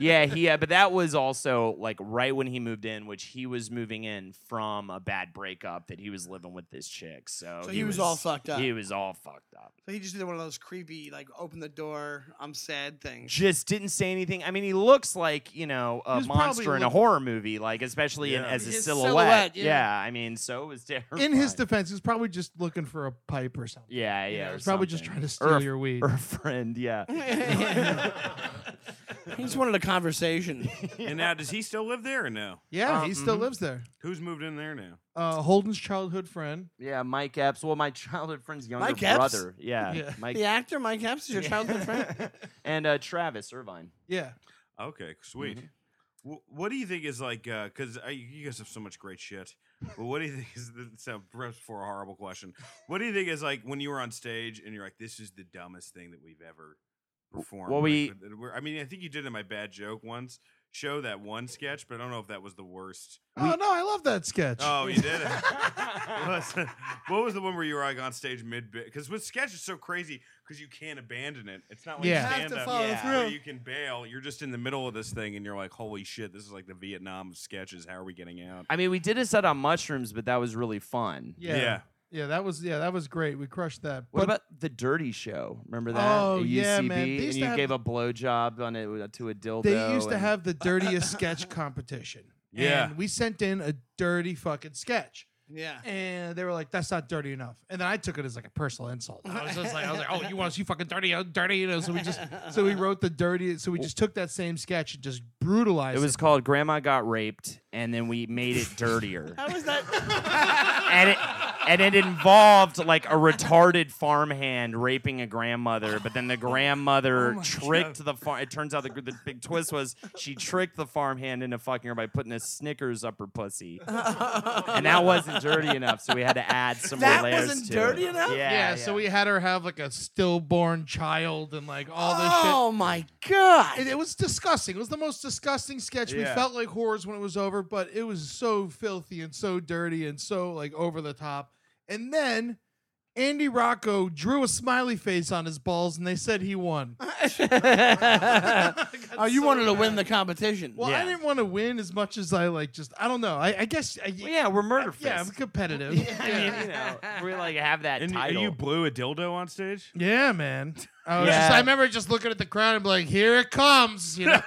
[SPEAKER 2] yeah, he. Uh, but that was also like right when he moved in, which he was moving in from a bad breakup that he was living with this chick. So,
[SPEAKER 3] So he was all fucked up.
[SPEAKER 2] oh, He was all fucked up.
[SPEAKER 3] So he just did one of those creepy, like, open the door, I'm sad things.
[SPEAKER 2] just didn't say anything. I mean, he looks like you know a
[SPEAKER 4] was probably
[SPEAKER 2] monster in a
[SPEAKER 4] look-
[SPEAKER 2] horror movie, like especially in,
[SPEAKER 1] Yeah.
[SPEAKER 2] as a
[SPEAKER 3] His
[SPEAKER 2] silhouette.
[SPEAKER 3] silhouette,
[SPEAKER 2] yeah.
[SPEAKER 3] yeah.
[SPEAKER 2] I mean, so it was terrifying.
[SPEAKER 4] In his defense, he's probably just looking for a pipe or something.
[SPEAKER 2] yeah,
[SPEAKER 4] You
[SPEAKER 2] yeah,
[SPEAKER 4] know,
[SPEAKER 2] or
[SPEAKER 4] he's probably just
[SPEAKER 2] something.
[SPEAKER 4] trying to steal
[SPEAKER 2] or a-
[SPEAKER 4] your weed.
[SPEAKER 2] or a friend. Yeah,
[SPEAKER 3] He just wanted a conversation.
[SPEAKER 1] And now, does he still live there or no?
[SPEAKER 4] yeah,
[SPEAKER 2] Uh,
[SPEAKER 4] he still
[SPEAKER 2] mhm.
[SPEAKER 4] lives there.
[SPEAKER 1] Who's moved in there now?
[SPEAKER 4] Uh, Holden's childhood friend.
[SPEAKER 2] yeah. Mike Epps. Well, my childhood friend's younger
[SPEAKER 3] Mike Epps?
[SPEAKER 2] brother. Yeah,
[SPEAKER 4] Yeah.
[SPEAKER 2] Mike
[SPEAKER 3] the actor, Mike Epps, is your childhood friend?
[SPEAKER 2] and uh, Travis Irvine.
[SPEAKER 4] Yeah.
[SPEAKER 1] Okay, sweet.
[SPEAKER 2] Mm-hmm.
[SPEAKER 1] Wh- What do you think is like? Because I you guys have so much great shit. But what do you think is? the- So perhaps for a horrible question, what do you think is like when you were on stage and you're like, "This is the dumbest thing that we've ever performed."
[SPEAKER 2] well,
[SPEAKER 1] like,
[SPEAKER 2] we-
[SPEAKER 1] th- we're- I mean, I think you did in my bad joke once show that one sketch, but I don't know if that was the worst.
[SPEAKER 4] oh no, I love that sketch.
[SPEAKER 1] Oh, you did it. What's- what was the one where you were like on stage mid bit? Because with sketch, it's so crazy because you can't abandon it. It's not like
[SPEAKER 4] Yeah. You
[SPEAKER 3] have to
[SPEAKER 1] stand up
[SPEAKER 4] Oh,
[SPEAKER 3] follow
[SPEAKER 1] where
[SPEAKER 3] through.
[SPEAKER 1] you can bail. You're just in the middle of this thing and you're like, holy shit, this is like the Vietnam of sketches. How are we getting out?
[SPEAKER 2] I mean, we did a set on mushrooms, but that was really fun.
[SPEAKER 4] yeah.
[SPEAKER 1] yeah.
[SPEAKER 4] yeah. that was yeah, that was great. We crushed that.
[SPEAKER 2] What
[SPEAKER 4] But
[SPEAKER 2] about the Dirty Show? Remember that?
[SPEAKER 4] Oh,
[SPEAKER 2] at
[SPEAKER 4] yeah, man.
[SPEAKER 2] UCB?
[SPEAKER 4] They used
[SPEAKER 2] And
[SPEAKER 4] to
[SPEAKER 2] you
[SPEAKER 4] have-
[SPEAKER 2] gave a blowjob on it uh, to a dildo.
[SPEAKER 4] they used to
[SPEAKER 2] and-
[SPEAKER 4] have the dirtiest sketch competition.
[SPEAKER 1] Yeah.
[SPEAKER 4] And we sent in a dirty fucking sketch.
[SPEAKER 3] yeah.
[SPEAKER 4] And they were like, "That's not dirty enough." And then I took it as like a personal insult. I was just like, "I was like, oh, you want to see fucking dirty, oh, dirty?" You know. So we just, so we wrote the dirty. So we just took that same sketch and just brutalized.
[SPEAKER 2] It was called Grandma Got Raped, and then we made it dirtier.
[SPEAKER 3] How was that?
[SPEAKER 2] and it and it involved like a retarded farmhand raping a grandmother. But then the grandmother tricked the farm. It turns out the, the big twist was she tricked the farmhand into fucking her by putting a Snickers up her pussy, and that wasn't dirty enough. So we had to add some
[SPEAKER 3] That
[SPEAKER 2] more layers
[SPEAKER 3] wasn't
[SPEAKER 2] to
[SPEAKER 3] dirty
[SPEAKER 2] it.
[SPEAKER 3] enough?
[SPEAKER 2] Yeah,
[SPEAKER 4] yeah, so we had her have like a stillborn child and like all this shit.
[SPEAKER 3] Oh my god!
[SPEAKER 4] It, it was disgusting. It was the most disgusting sketch. We
[SPEAKER 1] Yeah.
[SPEAKER 4] felt like horrors when it was over, but it was so filthy and so dirty and so like over the top. And then Andy Rocco drew a smiley face on his balls, and they said he won.
[SPEAKER 3] oh, you wanted to win the competition.
[SPEAKER 4] Well,
[SPEAKER 2] Yeah.
[SPEAKER 4] I didn't want to win as much as I like. Just I don't know. I, I guess. I,
[SPEAKER 2] Well, yeah, we're murder
[SPEAKER 4] yeah, I'm
[SPEAKER 2] fists.
[SPEAKER 4] competitive.
[SPEAKER 2] I mean, you know, we like have that
[SPEAKER 1] And, y- and
[SPEAKER 2] title.
[SPEAKER 1] you blew a dildo on stage?
[SPEAKER 4] Yeah, man. I, was
[SPEAKER 2] Yeah.
[SPEAKER 4] just, I remember just looking at the crowd and be like, "Here it comes!" You know?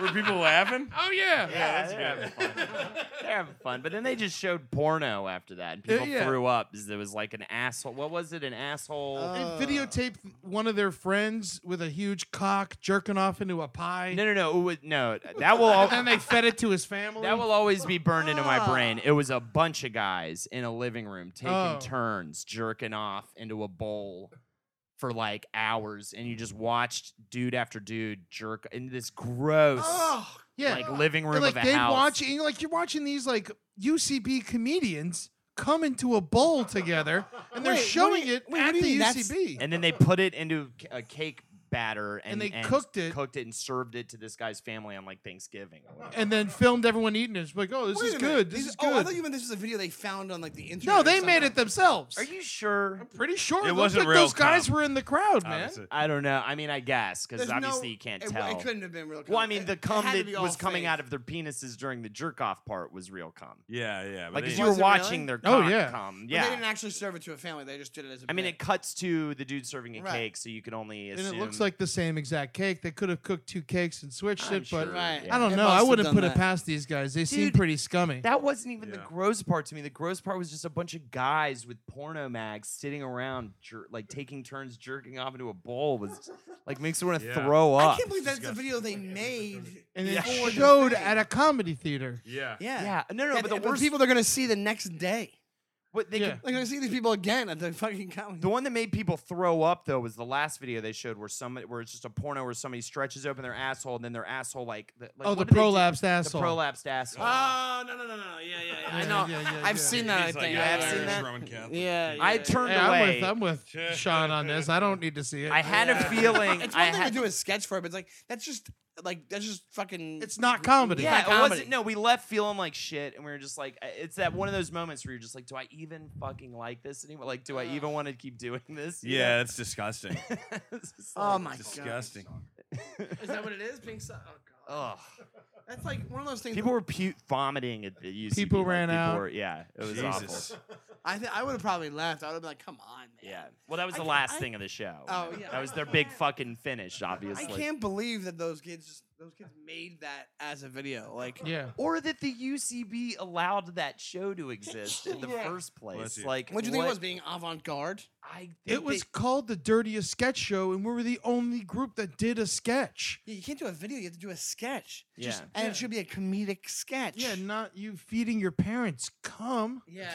[SPEAKER 1] Were people laughing?
[SPEAKER 4] oh yeah.
[SPEAKER 2] Yeah, they're having fun. They're having fun. But then they just showed porno after that, and
[SPEAKER 4] Uh,
[SPEAKER 2] people
[SPEAKER 4] yeah.
[SPEAKER 2] threw up. 'cause There was like an asshole. What was it? An asshole.
[SPEAKER 4] They
[SPEAKER 3] Uh.
[SPEAKER 4] videotaped one of their friends with a huge cock jerking off into a pie,
[SPEAKER 2] no, no, no. It was, no, that will al-
[SPEAKER 4] and they fed it to his family.
[SPEAKER 2] that will always be burned into my brain. It was a bunch of guys in a living room taking
[SPEAKER 4] Oh.
[SPEAKER 2] turns jerking off into a bowl for like hours, and you just watched dude after dude jerk into this gross
[SPEAKER 4] Oh, yeah.
[SPEAKER 2] like living room
[SPEAKER 4] and, like
[SPEAKER 2] of a
[SPEAKER 4] they
[SPEAKER 2] house.
[SPEAKER 4] watch, and, like you're watching these like UCB comedians come into a bowl together, and they're
[SPEAKER 3] Wait, what do
[SPEAKER 4] showing
[SPEAKER 3] you-
[SPEAKER 4] it
[SPEAKER 3] wait, what
[SPEAKER 4] at
[SPEAKER 3] do
[SPEAKER 4] the E
[SPEAKER 3] you mean? That's-
[SPEAKER 4] UCB.
[SPEAKER 2] and then they put it into c- a cake batter and,
[SPEAKER 4] they cooked it.
[SPEAKER 2] cooked it and served it to this guy's family on like Thanksgiving. or whatever.
[SPEAKER 4] and then filmed everyone eating it. It's like, oh, this
[SPEAKER 3] Wait
[SPEAKER 4] is
[SPEAKER 3] a minute.
[SPEAKER 4] good. This
[SPEAKER 3] These-
[SPEAKER 4] is
[SPEAKER 3] Oh, I
[SPEAKER 4] good.
[SPEAKER 3] thought you meant this was a video they found on like the internet.
[SPEAKER 4] no,
[SPEAKER 3] or
[SPEAKER 4] they made
[SPEAKER 3] something.
[SPEAKER 4] it themselves.
[SPEAKER 2] Are you sure?
[SPEAKER 4] pretty sure?
[SPEAKER 1] It
[SPEAKER 4] looked
[SPEAKER 1] wasn't
[SPEAKER 4] like
[SPEAKER 1] real
[SPEAKER 4] Those guys
[SPEAKER 1] cum,
[SPEAKER 4] were in the crowd, man.
[SPEAKER 1] Obviously.
[SPEAKER 2] I don't know. I mean, I guess because
[SPEAKER 3] There's no-
[SPEAKER 2] obviously you can't
[SPEAKER 3] it-
[SPEAKER 2] tell.
[SPEAKER 3] It couldn't have been real.
[SPEAKER 2] well, I mean, the
[SPEAKER 3] It
[SPEAKER 2] cum
[SPEAKER 3] had to
[SPEAKER 2] that
[SPEAKER 3] be all
[SPEAKER 2] was coming
[SPEAKER 3] fake.
[SPEAKER 2] out of their penises during the jerk off part was real cum.
[SPEAKER 1] Yeah, yeah. But
[SPEAKER 2] Like,
[SPEAKER 1] they-
[SPEAKER 2] as you were
[SPEAKER 3] Was it
[SPEAKER 2] watching
[SPEAKER 3] really?
[SPEAKER 2] their
[SPEAKER 4] Oh,
[SPEAKER 2] cock
[SPEAKER 4] yeah.
[SPEAKER 2] cum.
[SPEAKER 3] But they
[SPEAKER 2] Yeah.
[SPEAKER 3] didn't actually serve it to a family. They just did it as a.
[SPEAKER 2] I mean,
[SPEAKER 3] bit.
[SPEAKER 2] it cuts to the dude serving a
[SPEAKER 3] Right.
[SPEAKER 2] cake, so you can only
[SPEAKER 4] And
[SPEAKER 2] assume.
[SPEAKER 4] it looks like the same exact cake. They could have cooked two cakes and switched
[SPEAKER 2] I'm
[SPEAKER 4] it, but
[SPEAKER 2] sure,
[SPEAKER 3] Right.
[SPEAKER 2] yeah.
[SPEAKER 4] I don't
[SPEAKER 3] They
[SPEAKER 4] know.
[SPEAKER 3] must
[SPEAKER 4] I
[SPEAKER 3] have
[SPEAKER 4] wouldn't
[SPEAKER 3] done
[SPEAKER 4] put it
[SPEAKER 3] that.
[SPEAKER 4] past these guys. They seem
[SPEAKER 2] Dude,
[SPEAKER 4] pretty scummy.
[SPEAKER 2] That wasn't even the
[SPEAKER 1] Yeah.
[SPEAKER 2] gross part to me. The gross part was just a bunch of guys with porno mags sitting around, jer- like taking turns jerking off into a bowl. Was like makes me want to
[SPEAKER 1] Yeah.
[SPEAKER 2] throw
[SPEAKER 3] I
[SPEAKER 2] up.
[SPEAKER 3] can't believe that's the video they made.
[SPEAKER 4] and it
[SPEAKER 2] Yeah.
[SPEAKER 4] showed at a comedy theater.
[SPEAKER 1] yeah.
[SPEAKER 3] Yeah.
[SPEAKER 2] Yeah, no, no,
[SPEAKER 3] Yeah,
[SPEAKER 2] but the
[SPEAKER 3] but
[SPEAKER 2] worst
[SPEAKER 3] people they're gonna see the next day.
[SPEAKER 2] what they
[SPEAKER 4] Yeah.
[SPEAKER 2] could-
[SPEAKER 3] They're gonna see these people again at the fucking comedy.
[SPEAKER 2] the one that made people throw up though was the last video they showed where somebody where it's just a porno where somebody stretches open their asshole and then their asshole like, the, like
[SPEAKER 4] Oh,
[SPEAKER 2] what
[SPEAKER 4] the
[SPEAKER 2] do they do?
[SPEAKER 4] prolapsed
[SPEAKER 2] the
[SPEAKER 4] asshole.
[SPEAKER 2] prolapsed asshole.
[SPEAKER 3] Oh no no no no yeah yeah yeah. I
[SPEAKER 4] Yeah,
[SPEAKER 3] know.
[SPEAKER 4] yeah, yeah,
[SPEAKER 3] I've
[SPEAKER 4] yeah.
[SPEAKER 3] seen that. I
[SPEAKER 1] He's like,
[SPEAKER 3] think
[SPEAKER 1] yeah,
[SPEAKER 3] I have
[SPEAKER 1] Irish
[SPEAKER 3] seen that.
[SPEAKER 1] Roman Catholic.
[SPEAKER 3] Yeah.
[SPEAKER 2] I
[SPEAKER 3] yeah,
[SPEAKER 2] turned
[SPEAKER 4] Hey, I'm
[SPEAKER 2] away.
[SPEAKER 4] with I'm with Sean on this. I don't need to see it.
[SPEAKER 2] I had a
[SPEAKER 3] Yeah.
[SPEAKER 2] feeling.
[SPEAKER 3] It's
[SPEAKER 2] I
[SPEAKER 3] one thing
[SPEAKER 2] had,
[SPEAKER 3] to do a sketch for it, but it's like that's just like that's just fucking.
[SPEAKER 4] it's not comedy.
[SPEAKER 2] Yeah,
[SPEAKER 3] It's
[SPEAKER 2] it
[SPEAKER 3] not
[SPEAKER 2] wasn't.
[SPEAKER 3] comedy.
[SPEAKER 2] No, we left feeling like shit, and we were just like, I- it's that one of those moments where you're just like, do I even fucking like this anymore? Like, do I even want to keep doing this? You
[SPEAKER 1] Yeah, that's disgusting.
[SPEAKER 2] know? It's just
[SPEAKER 3] Oh
[SPEAKER 2] like,
[SPEAKER 3] my
[SPEAKER 1] disgusting.
[SPEAKER 3] god. Is that what it is? Pink so- oh, God.
[SPEAKER 2] Ugh.
[SPEAKER 3] That's like one of those things.
[SPEAKER 2] People were pu- vomiting at the UCB.
[SPEAKER 4] People
[SPEAKER 2] like,
[SPEAKER 4] ran
[SPEAKER 2] people
[SPEAKER 4] out.
[SPEAKER 2] Were, yeah, it was
[SPEAKER 1] Jesus.
[SPEAKER 2] awful.
[SPEAKER 3] I th- I would have probably left. I would have been like, come on, man.
[SPEAKER 2] Yeah. Well, that was
[SPEAKER 3] I
[SPEAKER 2] the
[SPEAKER 3] ca-
[SPEAKER 2] last
[SPEAKER 3] I-
[SPEAKER 2] thing of the show.
[SPEAKER 3] Oh, yeah.
[SPEAKER 2] That was their big fucking finish, obviously.
[SPEAKER 3] I can't believe that those kids just those kids made that as a video. Like
[SPEAKER 4] Yeah.
[SPEAKER 2] Or that the UCB allowed that show to exist in the
[SPEAKER 3] Yeah.
[SPEAKER 2] first place.
[SPEAKER 1] Bless you.
[SPEAKER 2] Like,
[SPEAKER 3] what do you think
[SPEAKER 2] what-
[SPEAKER 3] it was being avant garde?
[SPEAKER 2] I think
[SPEAKER 4] It was
[SPEAKER 2] they-
[SPEAKER 4] called the Dirtiest Sketch Show, and we were the only group that did a sketch.
[SPEAKER 3] Yeah, you can't do a video, you have to do a sketch.
[SPEAKER 2] Yeah.
[SPEAKER 3] Just- and
[SPEAKER 4] Yeah.
[SPEAKER 3] it should be a comedic sketch.
[SPEAKER 4] Yeah, not you feeding your parents. Come.
[SPEAKER 3] yeah.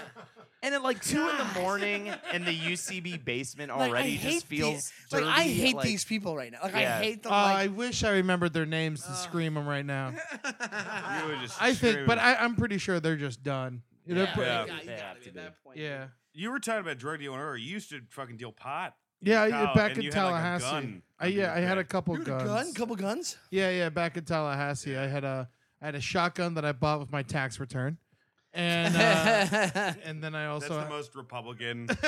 [SPEAKER 2] And at like two in
[SPEAKER 3] God.
[SPEAKER 2] the morning in the UCB basement
[SPEAKER 3] Like, I
[SPEAKER 2] already just
[SPEAKER 3] hate
[SPEAKER 2] feels
[SPEAKER 3] these, like I
[SPEAKER 2] dirty,
[SPEAKER 3] hate
[SPEAKER 2] like-
[SPEAKER 3] these people right now. Like
[SPEAKER 2] Yeah.
[SPEAKER 3] I hate
[SPEAKER 4] Uh,
[SPEAKER 3] them. like,
[SPEAKER 4] I wish I remembered their names to
[SPEAKER 3] Ugh.
[SPEAKER 4] scream them right now.
[SPEAKER 1] You were just
[SPEAKER 4] I think, but
[SPEAKER 1] screaming.
[SPEAKER 4] I, I'm pretty sure they're just done. They're
[SPEAKER 3] yeah,
[SPEAKER 4] pr-
[SPEAKER 1] Yeah.
[SPEAKER 3] You got,
[SPEAKER 2] They
[SPEAKER 3] you
[SPEAKER 2] have
[SPEAKER 3] got to
[SPEAKER 2] to
[SPEAKER 3] be
[SPEAKER 2] be.
[SPEAKER 3] at that point.
[SPEAKER 4] yeah.
[SPEAKER 1] You were talking about drug dealing earlier. You used to fucking deal pot.
[SPEAKER 4] Yeah,
[SPEAKER 1] in
[SPEAKER 4] I-
[SPEAKER 3] oh,
[SPEAKER 1] Tal-
[SPEAKER 4] back
[SPEAKER 1] and
[SPEAKER 4] in
[SPEAKER 1] you had, like, a
[SPEAKER 4] Tallahassee.
[SPEAKER 1] gun
[SPEAKER 4] I
[SPEAKER 1] under
[SPEAKER 4] yeah,
[SPEAKER 1] your
[SPEAKER 4] I had a
[SPEAKER 1] bed.
[SPEAKER 4] couple
[SPEAKER 3] You had
[SPEAKER 4] guns.
[SPEAKER 3] a gun, couple guns.
[SPEAKER 4] Yeah, yeah, back in Tallahassee, I had a I had a shotgun that I bought with my tax return, and uh, and then I
[SPEAKER 1] That's
[SPEAKER 4] also
[SPEAKER 1] the most Republican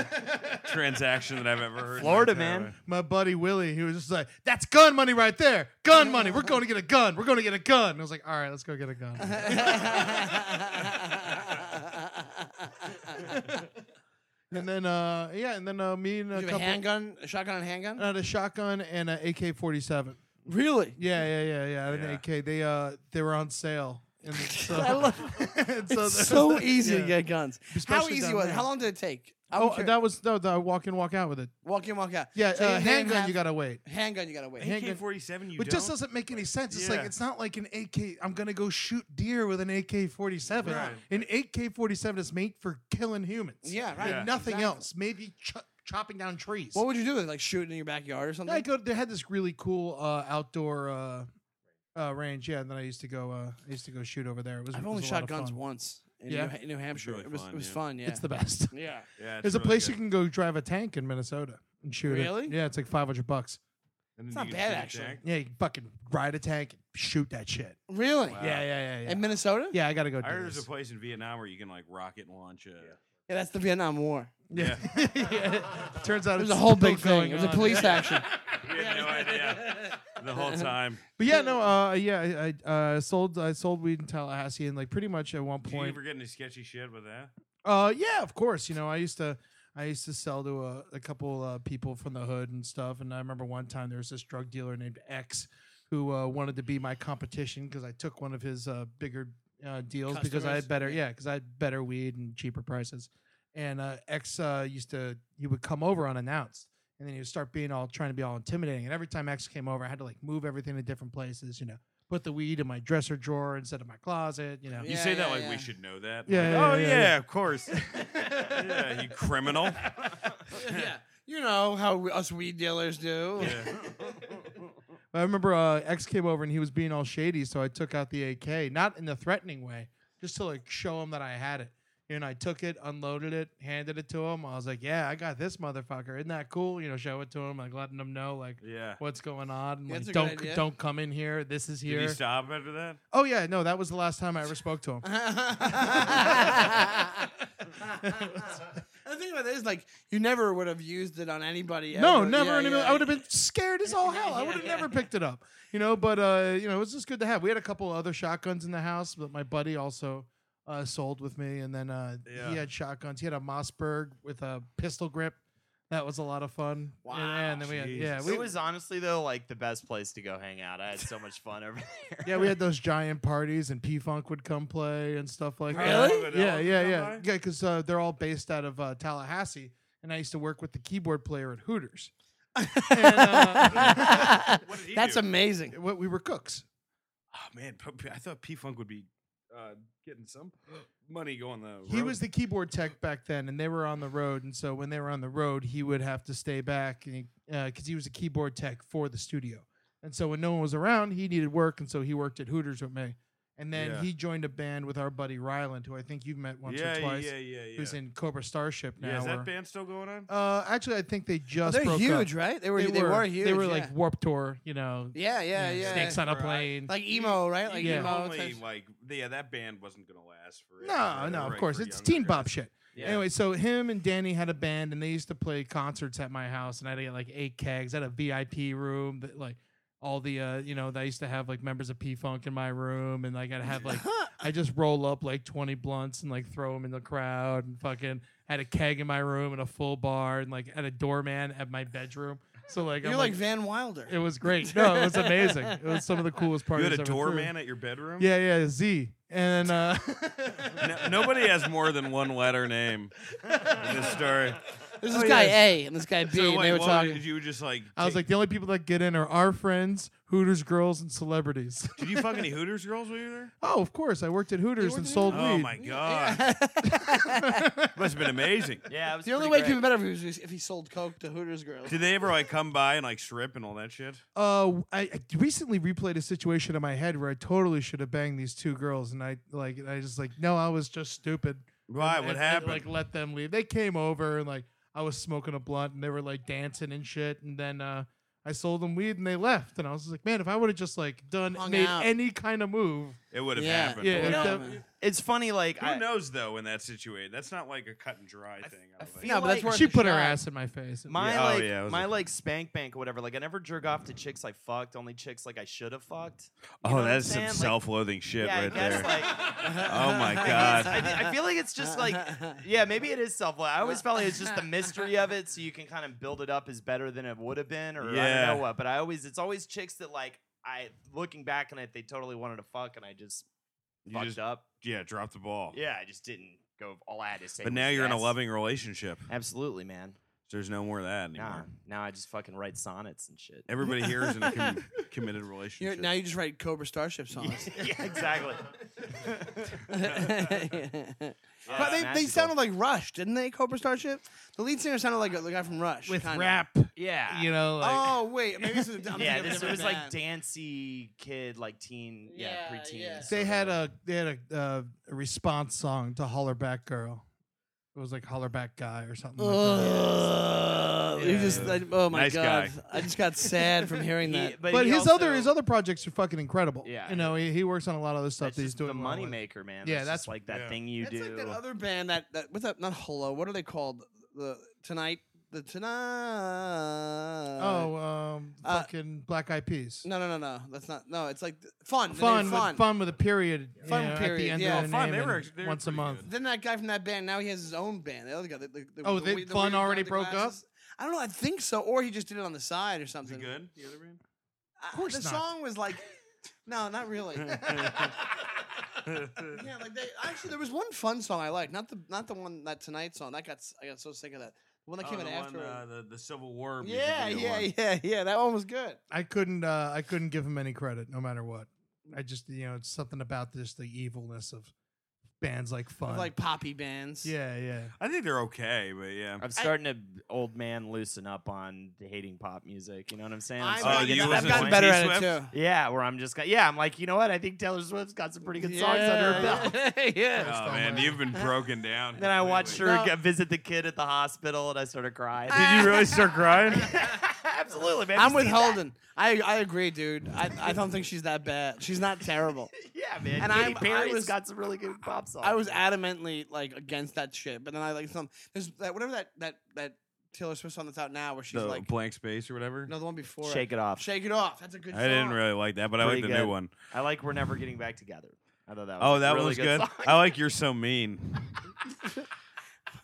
[SPEAKER 1] transaction that I've ever heard. in my
[SPEAKER 2] Florida,
[SPEAKER 1] entire
[SPEAKER 2] man.
[SPEAKER 1] life.
[SPEAKER 4] my buddy Willie, he was just like, "That's gun money right there, gun money. We're going to get a gun. We're going to get a gun." And I was like, "All right, let's go get a gun." and then uh, yeah, and then uh, me and a
[SPEAKER 3] you have
[SPEAKER 4] couple Uh,
[SPEAKER 3] a handgun, a shotgun, and a handgun.
[SPEAKER 4] I had a shotgun and an AK forty seven.
[SPEAKER 3] really?
[SPEAKER 4] Yeah, yeah, yeah, yeah. I had
[SPEAKER 1] Yeah.
[SPEAKER 4] An AK. They uh they were on sale. And so,
[SPEAKER 3] I love.
[SPEAKER 4] and
[SPEAKER 3] It's
[SPEAKER 4] there was
[SPEAKER 3] so
[SPEAKER 4] that-
[SPEAKER 3] easy to
[SPEAKER 4] yeah.
[SPEAKER 3] get guns.
[SPEAKER 4] Especially
[SPEAKER 3] how easy
[SPEAKER 4] down
[SPEAKER 3] was?
[SPEAKER 4] there.
[SPEAKER 3] How long did it take? I'm
[SPEAKER 4] oh,
[SPEAKER 3] curi-
[SPEAKER 4] that was the, the walk in, walk out with it.
[SPEAKER 3] walk in, walk out.
[SPEAKER 4] Yeah,
[SPEAKER 3] So
[SPEAKER 4] uh,
[SPEAKER 3] they didn't
[SPEAKER 4] handgun.
[SPEAKER 3] have-
[SPEAKER 4] you gotta wait.
[SPEAKER 3] handgun. You gotta wait.
[SPEAKER 4] Hand-
[SPEAKER 1] AK forty seven. You
[SPEAKER 4] But
[SPEAKER 1] don't?
[SPEAKER 4] just doesn't make any sense. It's like
[SPEAKER 1] Yeah.
[SPEAKER 4] it's not like an AK. I'm gonna go shoot deer with an AK-47.
[SPEAKER 1] Right.
[SPEAKER 4] An AK-47 is made for killing humans.
[SPEAKER 3] Yeah, right.
[SPEAKER 4] And
[SPEAKER 1] Yeah.
[SPEAKER 4] nothing
[SPEAKER 3] Exactly.
[SPEAKER 4] else. Maybe cho- chopping down trees.
[SPEAKER 3] What would you do? with it? Like shoot it in your backyard or something?
[SPEAKER 4] I go. They had this really cool uh, outdoor uh, uh, range. Yeah, and then I used to go. Uh, I used to go shoot over there. It was.
[SPEAKER 3] I've
[SPEAKER 4] it
[SPEAKER 3] only
[SPEAKER 4] was a lot
[SPEAKER 3] shot
[SPEAKER 4] of
[SPEAKER 3] guns
[SPEAKER 4] fun.
[SPEAKER 3] once in,
[SPEAKER 4] Yeah.
[SPEAKER 3] New, in New Hampshire.
[SPEAKER 1] really
[SPEAKER 3] it was
[SPEAKER 1] fun,
[SPEAKER 3] it was
[SPEAKER 1] yeah.
[SPEAKER 3] fun. Yeah.
[SPEAKER 4] It's the best.
[SPEAKER 3] yeah.
[SPEAKER 1] Yeah, it's
[SPEAKER 4] There's a
[SPEAKER 1] really
[SPEAKER 4] place
[SPEAKER 1] good.
[SPEAKER 4] you can go drive a tank in Minnesota and shoot
[SPEAKER 3] Really?
[SPEAKER 4] it. Yeah, it's like 500 bucks.
[SPEAKER 1] And
[SPEAKER 3] It's
[SPEAKER 1] then
[SPEAKER 3] not
[SPEAKER 1] you can
[SPEAKER 3] bad,
[SPEAKER 1] shoot it
[SPEAKER 3] actually.
[SPEAKER 1] back.
[SPEAKER 4] Yeah, you can fucking ride a tank and shoot that shit.
[SPEAKER 3] Really?
[SPEAKER 1] Wow.
[SPEAKER 4] Yeah, yeah, yeah, yeah.
[SPEAKER 3] In Minnesota?
[SPEAKER 4] yeah, I gotta go. Do
[SPEAKER 1] I heard there's
[SPEAKER 4] this.
[SPEAKER 1] a place in Vietnam where you can like rocket launch a.
[SPEAKER 3] Yeah, that's the Vietnam War.
[SPEAKER 4] Yeah. Turns out
[SPEAKER 3] It was
[SPEAKER 4] it's
[SPEAKER 3] a whole
[SPEAKER 4] still
[SPEAKER 3] big thing.
[SPEAKER 4] going
[SPEAKER 3] It was a
[SPEAKER 4] on.
[SPEAKER 3] police action.
[SPEAKER 1] We had no idea the whole time.
[SPEAKER 4] But yeah, no, uh, yeah, I, I uh, sold I sold weed in Tallahassee, and like pretty much at one
[SPEAKER 1] Did you
[SPEAKER 4] point,
[SPEAKER 1] ever get any sketchy shit with that?
[SPEAKER 4] uh, yeah, of course, you know, I used to I used to sell to a, a couple uh, people from the hood and stuff, and I remember one time there was this drug dealer named X who uh, wanted to be my competition because I took one of his uh, bigger uh, deals because
[SPEAKER 3] Customers?
[SPEAKER 4] I had better,
[SPEAKER 3] Yeah.
[SPEAKER 4] yeah, because I had better weed and cheaper prices, and uh, X uh, used to he would come over unannounced. And then he would start being all trying to be all intimidating. And every time X came over, I had to like move everything to different places, you know, put the weed in my dresser drawer instead of my closet, you know.
[SPEAKER 1] You
[SPEAKER 3] Yeah,
[SPEAKER 1] say that
[SPEAKER 3] yeah,
[SPEAKER 1] like
[SPEAKER 3] yeah.
[SPEAKER 1] we should know that.
[SPEAKER 4] Yeah,
[SPEAKER 1] Like,
[SPEAKER 4] yeah,
[SPEAKER 1] oh
[SPEAKER 4] yeah,
[SPEAKER 1] yeah,
[SPEAKER 4] yeah.
[SPEAKER 1] of course. yeah, you criminal.
[SPEAKER 3] yeah. You know how we, us weed dealers do.
[SPEAKER 1] Yeah.
[SPEAKER 4] I remember uh, X came over and he was being all shady, so I took out the AK, not in the threatening way, just to like show him that I had it. And I took it, unloaded it, handed it to him. I was like, "Yeah, I got this motherfucker. Isn't that cool?" You know, show it to him, like letting him know like
[SPEAKER 1] Yeah.
[SPEAKER 4] what's going on. And,
[SPEAKER 3] That's
[SPEAKER 4] like,
[SPEAKER 3] a good
[SPEAKER 4] don't
[SPEAKER 3] idea.
[SPEAKER 4] don't come in here. This is
[SPEAKER 1] Did
[SPEAKER 4] here.
[SPEAKER 1] he stop after that?
[SPEAKER 4] oh yeah, no, that was the last time I ever spoke to him.
[SPEAKER 3] the thing about it is, like, you never would have used it on anybody.
[SPEAKER 4] No,
[SPEAKER 3] ever.
[SPEAKER 4] never.
[SPEAKER 3] Yeah,
[SPEAKER 4] in a mil-
[SPEAKER 3] yeah.
[SPEAKER 4] I would have been scared as all hell. I would have never picked it up. You know, but uh, you know, it was just good to have. We had a couple other shotguns in the house, but my buddy also uh, sold with me, and then uh,
[SPEAKER 1] Yeah.
[SPEAKER 4] he had shotguns. He had a Mossberg with a pistol grip. That was a lot of fun. And-
[SPEAKER 3] Wow.
[SPEAKER 4] And, then we had, yeah,
[SPEAKER 1] Jesus.
[SPEAKER 4] we,
[SPEAKER 2] It was honestly though like the best place to go hang out. I had so much fun over there.
[SPEAKER 4] yeah, we had those giant parties, and P Funk would come play and stuff like that.
[SPEAKER 3] Really?
[SPEAKER 4] Yeah, yeah, yeah, yeah. Because uh, they're all based out of uh, Tallahassee, and I used to work with the keyboard player at Hooters. and, uh,
[SPEAKER 1] What did he
[SPEAKER 3] That's
[SPEAKER 1] do?
[SPEAKER 3] amazing.
[SPEAKER 4] what we were cooks.
[SPEAKER 1] Oh man, P- P- I thought P Funk would be uh, getting some money going the.
[SPEAKER 4] He
[SPEAKER 1] road.
[SPEAKER 4] was the keyboard tech back then, and they were on the road. And so when they were on the road, he would have to stay back because he, uh 'cause he was a keyboard tech for the studio. And so when no one was around, he needed work, and so he worked at Hooters with me. And then
[SPEAKER 1] Yeah.
[SPEAKER 4] he joined a band with our buddy Ryland, who I think you've met once
[SPEAKER 1] yeah,
[SPEAKER 4] or twice,
[SPEAKER 1] Yeah, yeah, yeah.
[SPEAKER 4] who's in Cobra Starship now.
[SPEAKER 1] yeah, is
[SPEAKER 4] or-
[SPEAKER 1] that band still going on?
[SPEAKER 4] uh, actually, I think they just
[SPEAKER 3] Oh, they're
[SPEAKER 4] broke
[SPEAKER 3] huge,
[SPEAKER 4] up.
[SPEAKER 3] right? They were. They, were, huge.
[SPEAKER 4] They were
[SPEAKER 3] yeah.
[SPEAKER 4] like Warp Tour, you know.
[SPEAKER 3] Yeah, yeah,
[SPEAKER 4] you know,
[SPEAKER 3] yeah.
[SPEAKER 4] Snakes on a
[SPEAKER 1] Right.
[SPEAKER 4] plane.
[SPEAKER 3] like emo, right? Like
[SPEAKER 4] Yeah.
[SPEAKER 3] emo.
[SPEAKER 1] Only,
[SPEAKER 3] type-
[SPEAKER 1] like yeah, that band wasn't gonna last for.
[SPEAKER 4] no, no, of course it's teen bop shit.
[SPEAKER 1] Yeah.
[SPEAKER 4] Anyway, so him and Danny had a band, and they used to play concerts at my house, and I had to get like eight kegs. I had a VIP room that like all the uh, you know, I used to have like members of P Funk in my room, and like I'd have like I just roll up like twenty blunts and like throw them in the crowd, and fucking had a keg in my room and a full bar, and like had a doorman at my bedroom. So like
[SPEAKER 3] You're
[SPEAKER 4] I'm,
[SPEAKER 3] like Van Wilder.
[SPEAKER 4] it was great. No, it was amazing. It was some of the coolest
[SPEAKER 1] You
[SPEAKER 4] parties.
[SPEAKER 1] had a
[SPEAKER 4] I ever threw.
[SPEAKER 1] doorman at your bedroom.
[SPEAKER 4] Yeah, yeah, Z. And uh,
[SPEAKER 1] No- nobody has more than one letter name in this story.
[SPEAKER 3] There's this
[SPEAKER 4] Oh,
[SPEAKER 3] guy A and this guy B,
[SPEAKER 1] So
[SPEAKER 3] and
[SPEAKER 1] wait,
[SPEAKER 3] they were
[SPEAKER 1] what
[SPEAKER 3] talking.
[SPEAKER 1] Did you just like?
[SPEAKER 4] I was
[SPEAKER 1] take-
[SPEAKER 4] like, the only people that get in are our friends, Hooters girls, and celebrities.
[SPEAKER 1] did you fuck any Hooters girls while you were there?
[SPEAKER 4] oh, of course, I worked at Hooters
[SPEAKER 3] worked
[SPEAKER 4] and
[SPEAKER 3] at
[SPEAKER 4] sold
[SPEAKER 1] Oh
[SPEAKER 4] weed.
[SPEAKER 1] my god, must have been amazing.
[SPEAKER 2] Yeah, it was
[SPEAKER 3] the only way
[SPEAKER 2] pretty
[SPEAKER 3] it could be better if he, was, if he sold coke to Hooters girls.
[SPEAKER 1] Did they ever like come by and like strip and all that shit?
[SPEAKER 4] Uh, I, I recently replayed a situation in my head where I totally should have banged these two girls, and I like, and I just like, no, I was just stupid.
[SPEAKER 1] Why?
[SPEAKER 4] And-
[SPEAKER 1] What
[SPEAKER 4] and,
[SPEAKER 1] happened?
[SPEAKER 4] Like, let them leave. They came over and like, I was smoking a blunt, and they were like dancing and shit, and then uh. I sold them weed and they left, and I was just like, "Man, if I would have just like done
[SPEAKER 3] Hung
[SPEAKER 4] made
[SPEAKER 3] out.
[SPEAKER 4] any kind of move,
[SPEAKER 1] it would have
[SPEAKER 3] Yeah.
[SPEAKER 1] happened.
[SPEAKER 4] yeah,
[SPEAKER 1] Who
[SPEAKER 4] it
[SPEAKER 2] know,
[SPEAKER 4] def-
[SPEAKER 2] It's funny like I,
[SPEAKER 1] knows though in that situation? That's not like a cut and dry thing. I
[SPEAKER 2] I
[SPEAKER 1] don't think.
[SPEAKER 2] feel
[SPEAKER 3] No, but that's
[SPEAKER 2] like-
[SPEAKER 3] worth
[SPEAKER 4] she
[SPEAKER 3] the
[SPEAKER 4] put her
[SPEAKER 3] shot.
[SPEAKER 4] ass in my face."
[SPEAKER 2] My
[SPEAKER 1] Yeah. Oh,
[SPEAKER 2] like
[SPEAKER 1] yeah, it was
[SPEAKER 2] my
[SPEAKER 1] a-
[SPEAKER 2] like spank bank or whatever. Like I never jerk off to chicks I fucked, only chicks like I should have fucked. You know
[SPEAKER 1] oh,
[SPEAKER 2] what I'm
[SPEAKER 1] that's some
[SPEAKER 2] saying? Like,
[SPEAKER 1] self-loathing shit
[SPEAKER 2] yeah, I
[SPEAKER 1] right
[SPEAKER 2] guess,
[SPEAKER 1] there.
[SPEAKER 2] Like,
[SPEAKER 1] oh my
[SPEAKER 2] I,
[SPEAKER 1] god.
[SPEAKER 2] thi- I feel like it's just like yeah, maybe it is self. I always felt like it's just the mystery of it, so you can kind of build it up as better than it would have been, or I
[SPEAKER 1] Yeah.
[SPEAKER 2] don't know what. But I always it's always chicks that like I looking back on it, they totally wanted to fuck, and I just
[SPEAKER 1] You
[SPEAKER 2] fucked
[SPEAKER 1] just
[SPEAKER 2] up.
[SPEAKER 1] yeah, drop the ball.
[SPEAKER 2] Yeah, I just didn't of all I had to say.
[SPEAKER 1] But
[SPEAKER 2] was
[SPEAKER 1] now you're in a
[SPEAKER 2] yes.
[SPEAKER 1] loving relationship.
[SPEAKER 2] Absolutely, man.
[SPEAKER 1] There's no more of that anymore.
[SPEAKER 2] Nah, now I just fucking write sonnets and shit.
[SPEAKER 1] Everybody here is in a com- committed
[SPEAKER 3] You're,
[SPEAKER 1] relationship.
[SPEAKER 3] now you just write Cobra Starship songs.
[SPEAKER 2] yeah, exactly.
[SPEAKER 3] but they, they sounded like Rush, didn't they? Cobra Starship. The lead singer sounded like the guy from Rush.
[SPEAKER 4] with
[SPEAKER 3] kinda.
[SPEAKER 4] rap,
[SPEAKER 2] yeah.
[SPEAKER 4] you know, like
[SPEAKER 3] oh wait, maybe this is. I'm thinking
[SPEAKER 2] yeah,
[SPEAKER 3] of a
[SPEAKER 2] this
[SPEAKER 3] different
[SPEAKER 2] was like
[SPEAKER 3] band.
[SPEAKER 2] dancey kid, like teen, yeah,
[SPEAKER 3] Yeah,
[SPEAKER 2] preteen.
[SPEAKER 3] yeah.
[SPEAKER 4] they
[SPEAKER 2] sorta.
[SPEAKER 4] had a they had a, uh, a response song to "Holler Back Girl." It was like "Holler Back Guy" or something. like that.
[SPEAKER 3] Ugh, you
[SPEAKER 4] Yeah.
[SPEAKER 3] just like, oh my
[SPEAKER 1] Nice
[SPEAKER 3] god!
[SPEAKER 1] guy.
[SPEAKER 3] I just got sad from hearing
[SPEAKER 2] He-
[SPEAKER 3] that.
[SPEAKER 4] But
[SPEAKER 2] he
[SPEAKER 4] his other
[SPEAKER 2] also-
[SPEAKER 4] his other projects are fucking incredible.
[SPEAKER 2] Yeah.
[SPEAKER 4] you know, he, he works on a lot of other stuff
[SPEAKER 2] that's
[SPEAKER 4] that he's
[SPEAKER 2] just
[SPEAKER 4] doing.
[SPEAKER 2] the
[SPEAKER 4] well
[SPEAKER 2] money
[SPEAKER 4] with.
[SPEAKER 2] maker, man.
[SPEAKER 4] Yeah,
[SPEAKER 2] that's,
[SPEAKER 4] that's-
[SPEAKER 2] just like that
[SPEAKER 1] yeah.
[SPEAKER 2] thing you
[SPEAKER 3] That's
[SPEAKER 2] do.
[SPEAKER 3] like that other band that that what's that? Not Hello. What are they called? The tonight. The tonight.
[SPEAKER 4] Oh, um,
[SPEAKER 3] Uh,
[SPEAKER 4] fucking Black Eyed Peas.
[SPEAKER 3] no no no no. That's not. No, it's like th- fun. the name
[SPEAKER 4] fun,
[SPEAKER 3] fun.
[SPEAKER 4] With, fun with a period. you
[SPEAKER 3] Fun
[SPEAKER 4] know, At
[SPEAKER 3] period,
[SPEAKER 4] the end
[SPEAKER 3] yeah.
[SPEAKER 4] of the
[SPEAKER 1] Fun,
[SPEAKER 4] name
[SPEAKER 1] they were
[SPEAKER 4] and
[SPEAKER 1] actually- they were
[SPEAKER 4] once a
[SPEAKER 1] pretty
[SPEAKER 4] month.
[SPEAKER 1] good.
[SPEAKER 3] Then that guy from that band now he has his own band. The other guy. The, the, the,
[SPEAKER 4] Oh, the
[SPEAKER 3] we-
[SPEAKER 4] Fun
[SPEAKER 3] weird guy with
[SPEAKER 4] already
[SPEAKER 3] the
[SPEAKER 4] broke up?
[SPEAKER 3] glasses. I don't know. I think so, or he just did it on the side or
[SPEAKER 1] Is
[SPEAKER 3] something.
[SPEAKER 1] it good? The other band?
[SPEAKER 3] I-
[SPEAKER 4] Of course
[SPEAKER 3] the
[SPEAKER 4] not.
[SPEAKER 3] song was like, no, not really. Yeah, like they actually there was one fun song I liked, not the not the one that tonight song. That got s- I got so sick of that. The one that came
[SPEAKER 1] Oh,
[SPEAKER 3] in
[SPEAKER 1] the
[SPEAKER 3] after.
[SPEAKER 1] one, uh, the, the Civil War. music
[SPEAKER 3] yeah,
[SPEAKER 1] video
[SPEAKER 3] yeah,
[SPEAKER 1] one.
[SPEAKER 3] yeah, yeah. That one was good.
[SPEAKER 4] I couldn't. Uh, I couldn't give him any credit, no matter what. I just, you know, it's something about this the evilness of bands like
[SPEAKER 3] Of,
[SPEAKER 4] Fun.
[SPEAKER 3] Like poppy bands.
[SPEAKER 4] yeah, yeah.
[SPEAKER 1] I think they're okay, but yeah.
[SPEAKER 2] I'm starting to old man loosen up on the hating pop music. You know what I'm saying? I'm
[SPEAKER 3] I've,
[SPEAKER 1] Oh,
[SPEAKER 2] starting
[SPEAKER 3] gotten,
[SPEAKER 2] to
[SPEAKER 1] you
[SPEAKER 2] get to
[SPEAKER 1] listen
[SPEAKER 3] I've
[SPEAKER 2] that
[SPEAKER 1] to
[SPEAKER 3] gotten
[SPEAKER 2] point.
[SPEAKER 3] better
[SPEAKER 1] Taylor
[SPEAKER 3] at it
[SPEAKER 1] Swift?
[SPEAKER 3] too.
[SPEAKER 2] Yeah, where I'm just got yeah, I'm like, you know what? I think Taylor Swift's got some pretty good songs under her
[SPEAKER 3] Yeah.
[SPEAKER 2] belt.
[SPEAKER 3] yeah.
[SPEAKER 1] Oh
[SPEAKER 4] Stone
[SPEAKER 1] man,
[SPEAKER 4] Lake.
[SPEAKER 1] you've been broken down.
[SPEAKER 2] Then I watched her
[SPEAKER 1] completely.
[SPEAKER 3] No.
[SPEAKER 2] go- visit the kid at the hospital, and I started crying.
[SPEAKER 1] Did you really start crying?
[SPEAKER 2] Absolutely, man.
[SPEAKER 3] I'm
[SPEAKER 2] You
[SPEAKER 3] with
[SPEAKER 2] see that?
[SPEAKER 3] Holden. I, I agree, dude. I, I don't think she's that bad. She's not terrible.
[SPEAKER 2] Yeah, man.
[SPEAKER 3] And
[SPEAKER 2] And Katy
[SPEAKER 3] I'm- I
[SPEAKER 2] Perry's
[SPEAKER 3] was-
[SPEAKER 2] got some really good pop songs.
[SPEAKER 3] I was adamantly like against that shit, but then I like some there's that whatever that that that Taylor Swift song that's out now where she's
[SPEAKER 1] the
[SPEAKER 3] like
[SPEAKER 1] blank space or whatever.
[SPEAKER 3] no the one before it.
[SPEAKER 2] shake it off.
[SPEAKER 3] Shake it off. That's a good.
[SPEAKER 1] I didn't
[SPEAKER 3] song.
[SPEAKER 1] really like that, but I like the
[SPEAKER 2] Pretty good.
[SPEAKER 1] new one.
[SPEAKER 2] I like we're never getting back together. I thought that was
[SPEAKER 1] Oh,
[SPEAKER 2] a
[SPEAKER 1] that
[SPEAKER 2] really
[SPEAKER 1] one's good.
[SPEAKER 2] song.
[SPEAKER 1] I like you're so mean.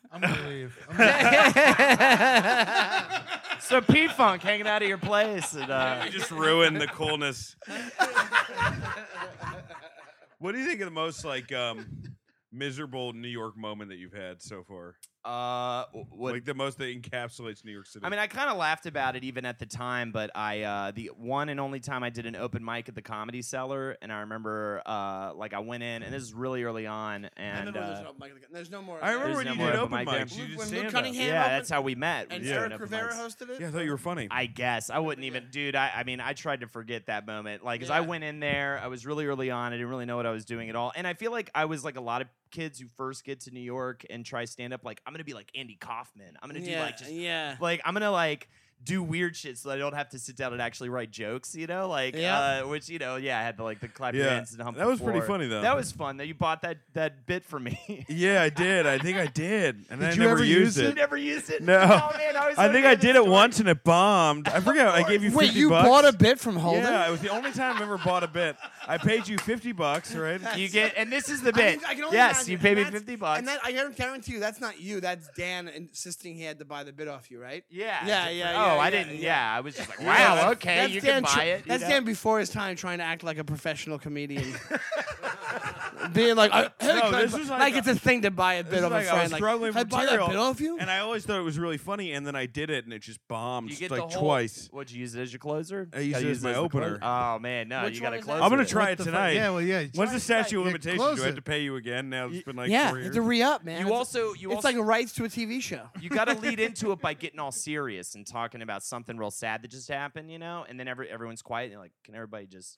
[SPEAKER 4] I'm gonna leave. I'm gonna-
[SPEAKER 2] so P Funk hanging out at your place and uh,
[SPEAKER 1] You just ruined the coolness. what do you think of the most like um miserable New York moment that you've had so far?
[SPEAKER 2] uh what
[SPEAKER 1] Like the most that encapsulates New York City.
[SPEAKER 2] I mean, I kind of laughed about it even at the time, but I uh, the one and only time I did an open mic at the Comedy Cellar, and I remember uh, like I went in, and this is really early on,
[SPEAKER 3] I
[SPEAKER 2] and
[SPEAKER 3] remember there's
[SPEAKER 2] uh,
[SPEAKER 3] no Michael Jackson. There's no more.
[SPEAKER 1] I remember when
[SPEAKER 2] There's no
[SPEAKER 1] you
[SPEAKER 2] more
[SPEAKER 1] did
[SPEAKER 2] open
[SPEAKER 1] open
[SPEAKER 2] mic there.
[SPEAKER 1] mics. You
[SPEAKER 3] Luke-
[SPEAKER 1] did
[SPEAKER 3] when Luke
[SPEAKER 1] stand-up.
[SPEAKER 3] Cunningham-
[SPEAKER 2] uh, yeah,
[SPEAKER 3] open-
[SPEAKER 2] that's how we met.
[SPEAKER 3] and
[SPEAKER 2] was doing
[SPEAKER 3] Eric
[SPEAKER 2] open
[SPEAKER 3] Rivera
[SPEAKER 2] mics.
[SPEAKER 3] hosted it.
[SPEAKER 1] Yeah, I thought you were funny.
[SPEAKER 2] I guess I wouldn't even, dude. I, I mean, I tried to forget that moment. Like, 'cause I
[SPEAKER 3] Yeah.
[SPEAKER 2] went in there, I was really early on. I didn't really know what I was doing at all. And I feel like I was like a lot of kids who first get to New York and try stand up. Like, I'm gonna be like Andy Kaufman. I'm gonna do
[SPEAKER 3] yeah,
[SPEAKER 2] like just
[SPEAKER 3] yeah.
[SPEAKER 2] like I'm gonna like do weird shit so that I don't have to sit down and actually write jokes, you know, like
[SPEAKER 3] Yeah.
[SPEAKER 2] uh, which you know, yeah, I had to like the clap your
[SPEAKER 1] Yeah,
[SPEAKER 2] hands and hump.
[SPEAKER 1] that
[SPEAKER 2] the
[SPEAKER 1] was pretty
[SPEAKER 2] floor.
[SPEAKER 1] funny, though.
[SPEAKER 2] That was fun that you bought that that bit for me.
[SPEAKER 1] yeah, I did. I think I did, and
[SPEAKER 4] Did
[SPEAKER 1] I
[SPEAKER 4] you
[SPEAKER 1] never
[SPEAKER 4] ever use
[SPEAKER 1] used
[SPEAKER 2] you
[SPEAKER 1] it.
[SPEAKER 2] never used it.
[SPEAKER 1] No.
[SPEAKER 2] Oh, man, I, was
[SPEAKER 1] I
[SPEAKER 2] so
[SPEAKER 1] think
[SPEAKER 2] good
[SPEAKER 1] I
[SPEAKER 2] at
[SPEAKER 1] did
[SPEAKER 2] this
[SPEAKER 1] it
[SPEAKER 2] story.
[SPEAKER 1] once and it bombed. I forget. I gave you
[SPEAKER 3] Wait,
[SPEAKER 1] 50
[SPEAKER 3] you
[SPEAKER 1] bucks.
[SPEAKER 3] bought a bit from Holden?
[SPEAKER 1] Yeah, it was the only time I've ever bought a bit. I paid you fifty bucks, right?
[SPEAKER 2] You get, and this is the
[SPEAKER 3] I
[SPEAKER 2] bit.
[SPEAKER 3] can- I can only
[SPEAKER 2] yes,
[SPEAKER 3] imagine.
[SPEAKER 2] you pay
[SPEAKER 3] And
[SPEAKER 2] me
[SPEAKER 3] that's-
[SPEAKER 2] fifty bucks.
[SPEAKER 3] And that, I guarantee- guarantee you, that's not you. That's Dan insisting he had to buy the bid off you, right?
[SPEAKER 2] yeah,
[SPEAKER 3] Yeah,
[SPEAKER 2] it's a-
[SPEAKER 3] yeah, yeah,
[SPEAKER 2] Oh, I
[SPEAKER 3] yeah,
[SPEAKER 2] didn't. Yeah. I was just like,
[SPEAKER 1] Yeah,
[SPEAKER 2] wow,
[SPEAKER 1] that's-
[SPEAKER 2] okay,
[SPEAKER 3] that's
[SPEAKER 2] you
[SPEAKER 3] Dan
[SPEAKER 2] can
[SPEAKER 3] tr-
[SPEAKER 2] buy it. you
[SPEAKER 3] That's
[SPEAKER 2] know?
[SPEAKER 3] Dan before his time trying to act like a professional comedian. Being like, I, hey,
[SPEAKER 1] No,
[SPEAKER 3] can I
[SPEAKER 1] this
[SPEAKER 3] bu-
[SPEAKER 1] is
[SPEAKER 3] like,
[SPEAKER 1] like a-
[SPEAKER 3] it's a thing to buy a bit
[SPEAKER 1] It's
[SPEAKER 3] of
[SPEAKER 1] like
[SPEAKER 3] a
[SPEAKER 1] I
[SPEAKER 3] friend.
[SPEAKER 1] was
[SPEAKER 3] Like,
[SPEAKER 1] struggling
[SPEAKER 3] "Can I
[SPEAKER 1] with
[SPEAKER 3] buy that
[SPEAKER 1] material,
[SPEAKER 3] bit off you?
[SPEAKER 1] and I always thought it was really funny, and then I did it, and it just bombed
[SPEAKER 2] You get
[SPEAKER 1] like
[SPEAKER 2] the whole,
[SPEAKER 1] twice.
[SPEAKER 2] What'd you use it as your closer?
[SPEAKER 1] I used
[SPEAKER 2] Gotta
[SPEAKER 1] it
[SPEAKER 2] use
[SPEAKER 1] as my
[SPEAKER 2] the clo-
[SPEAKER 1] opener.
[SPEAKER 2] Oh man, no,
[SPEAKER 3] Which
[SPEAKER 2] you got to
[SPEAKER 3] one is
[SPEAKER 2] close.
[SPEAKER 3] that?
[SPEAKER 1] I'm gonna
[SPEAKER 2] it.
[SPEAKER 1] try it
[SPEAKER 4] the fuck-
[SPEAKER 1] tonight.
[SPEAKER 4] Yeah, well, yeah.
[SPEAKER 1] When's the statute of
[SPEAKER 4] Yeah,
[SPEAKER 1] limitations?
[SPEAKER 4] close
[SPEAKER 1] Do I have
[SPEAKER 4] it.
[SPEAKER 1] to pay you again? Now it's been like
[SPEAKER 3] yeah,
[SPEAKER 1] four
[SPEAKER 3] you
[SPEAKER 1] years.
[SPEAKER 3] have to re up, man.
[SPEAKER 2] You
[SPEAKER 3] It's-
[SPEAKER 2] also, you
[SPEAKER 3] it's
[SPEAKER 2] also,
[SPEAKER 3] like a rights to a TV show.
[SPEAKER 2] you got to lead into it by getting all serious and talking about something real sad that just happened, you know? And then every everyone's quiet and you're like, can everybody just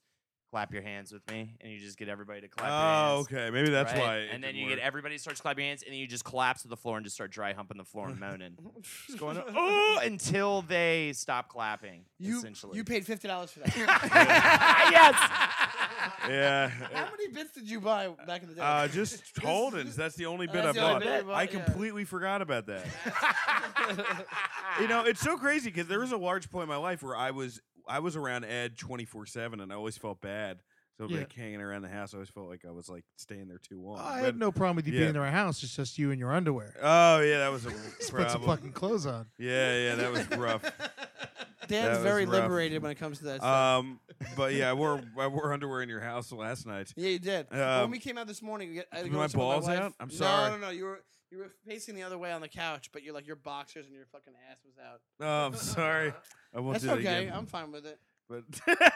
[SPEAKER 2] clap your hands with me? And you just get everybody to clap their
[SPEAKER 1] oh,
[SPEAKER 2] hands.
[SPEAKER 1] okay. Maybe that's
[SPEAKER 2] right?
[SPEAKER 1] why. it
[SPEAKER 2] And then
[SPEAKER 1] didn't
[SPEAKER 2] you
[SPEAKER 1] work.
[SPEAKER 2] get everybody starts clapping hands, and then you just collapse to the floor and just start dry humping the floor and moaning, just going oh until they stop clapping.
[SPEAKER 3] You,
[SPEAKER 2] essentially,
[SPEAKER 3] you paid $50 for that.
[SPEAKER 2] yes.
[SPEAKER 1] yeah.
[SPEAKER 3] How many bits did you buy back in the day?
[SPEAKER 1] Uh, just Holden's. That's the only bit I
[SPEAKER 3] that's the only
[SPEAKER 1] bought.
[SPEAKER 3] bit you bought,
[SPEAKER 1] I
[SPEAKER 3] yeah.
[SPEAKER 1] completely forgot about that. you
[SPEAKER 2] Ah.
[SPEAKER 1] know, it's so crazy because there was a large point in my life where I was I was around Ed twenty four seven, and I always felt bad. So
[SPEAKER 4] Yeah.
[SPEAKER 1] like hanging around the house, I always felt like I was like staying there too long.
[SPEAKER 4] I
[SPEAKER 1] But-
[SPEAKER 4] had no problem with you
[SPEAKER 1] Yeah.
[SPEAKER 4] being in our house. It's just you and your underwear.
[SPEAKER 1] Oh yeah, that was a
[SPEAKER 4] Put some
[SPEAKER 1] problem.
[SPEAKER 4] fucking clothes on.
[SPEAKER 1] Yeah, yeah, that was rough.
[SPEAKER 3] Dan's
[SPEAKER 1] was
[SPEAKER 3] very
[SPEAKER 1] rough.
[SPEAKER 3] liberated when it comes to that stuff.
[SPEAKER 1] Um, but yeah, I wore I wore underwear in your house last night.
[SPEAKER 3] yeah, you did. Well,
[SPEAKER 1] um,
[SPEAKER 3] when we came out this morning, we got, I had to
[SPEAKER 1] were
[SPEAKER 3] go
[SPEAKER 1] my
[SPEAKER 3] sit with
[SPEAKER 1] balls
[SPEAKER 3] wife.
[SPEAKER 1] out? I'm
[SPEAKER 3] No,
[SPEAKER 1] sorry.
[SPEAKER 3] no, no. You were you were facing the other way on the couch, but you're like your boxers and your fucking ass was out.
[SPEAKER 1] Oh, I'm sorry. I won't
[SPEAKER 3] That's
[SPEAKER 1] do that
[SPEAKER 3] okay.
[SPEAKER 1] again.
[SPEAKER 3] I'm fine with it.
[SPEAKER 1] but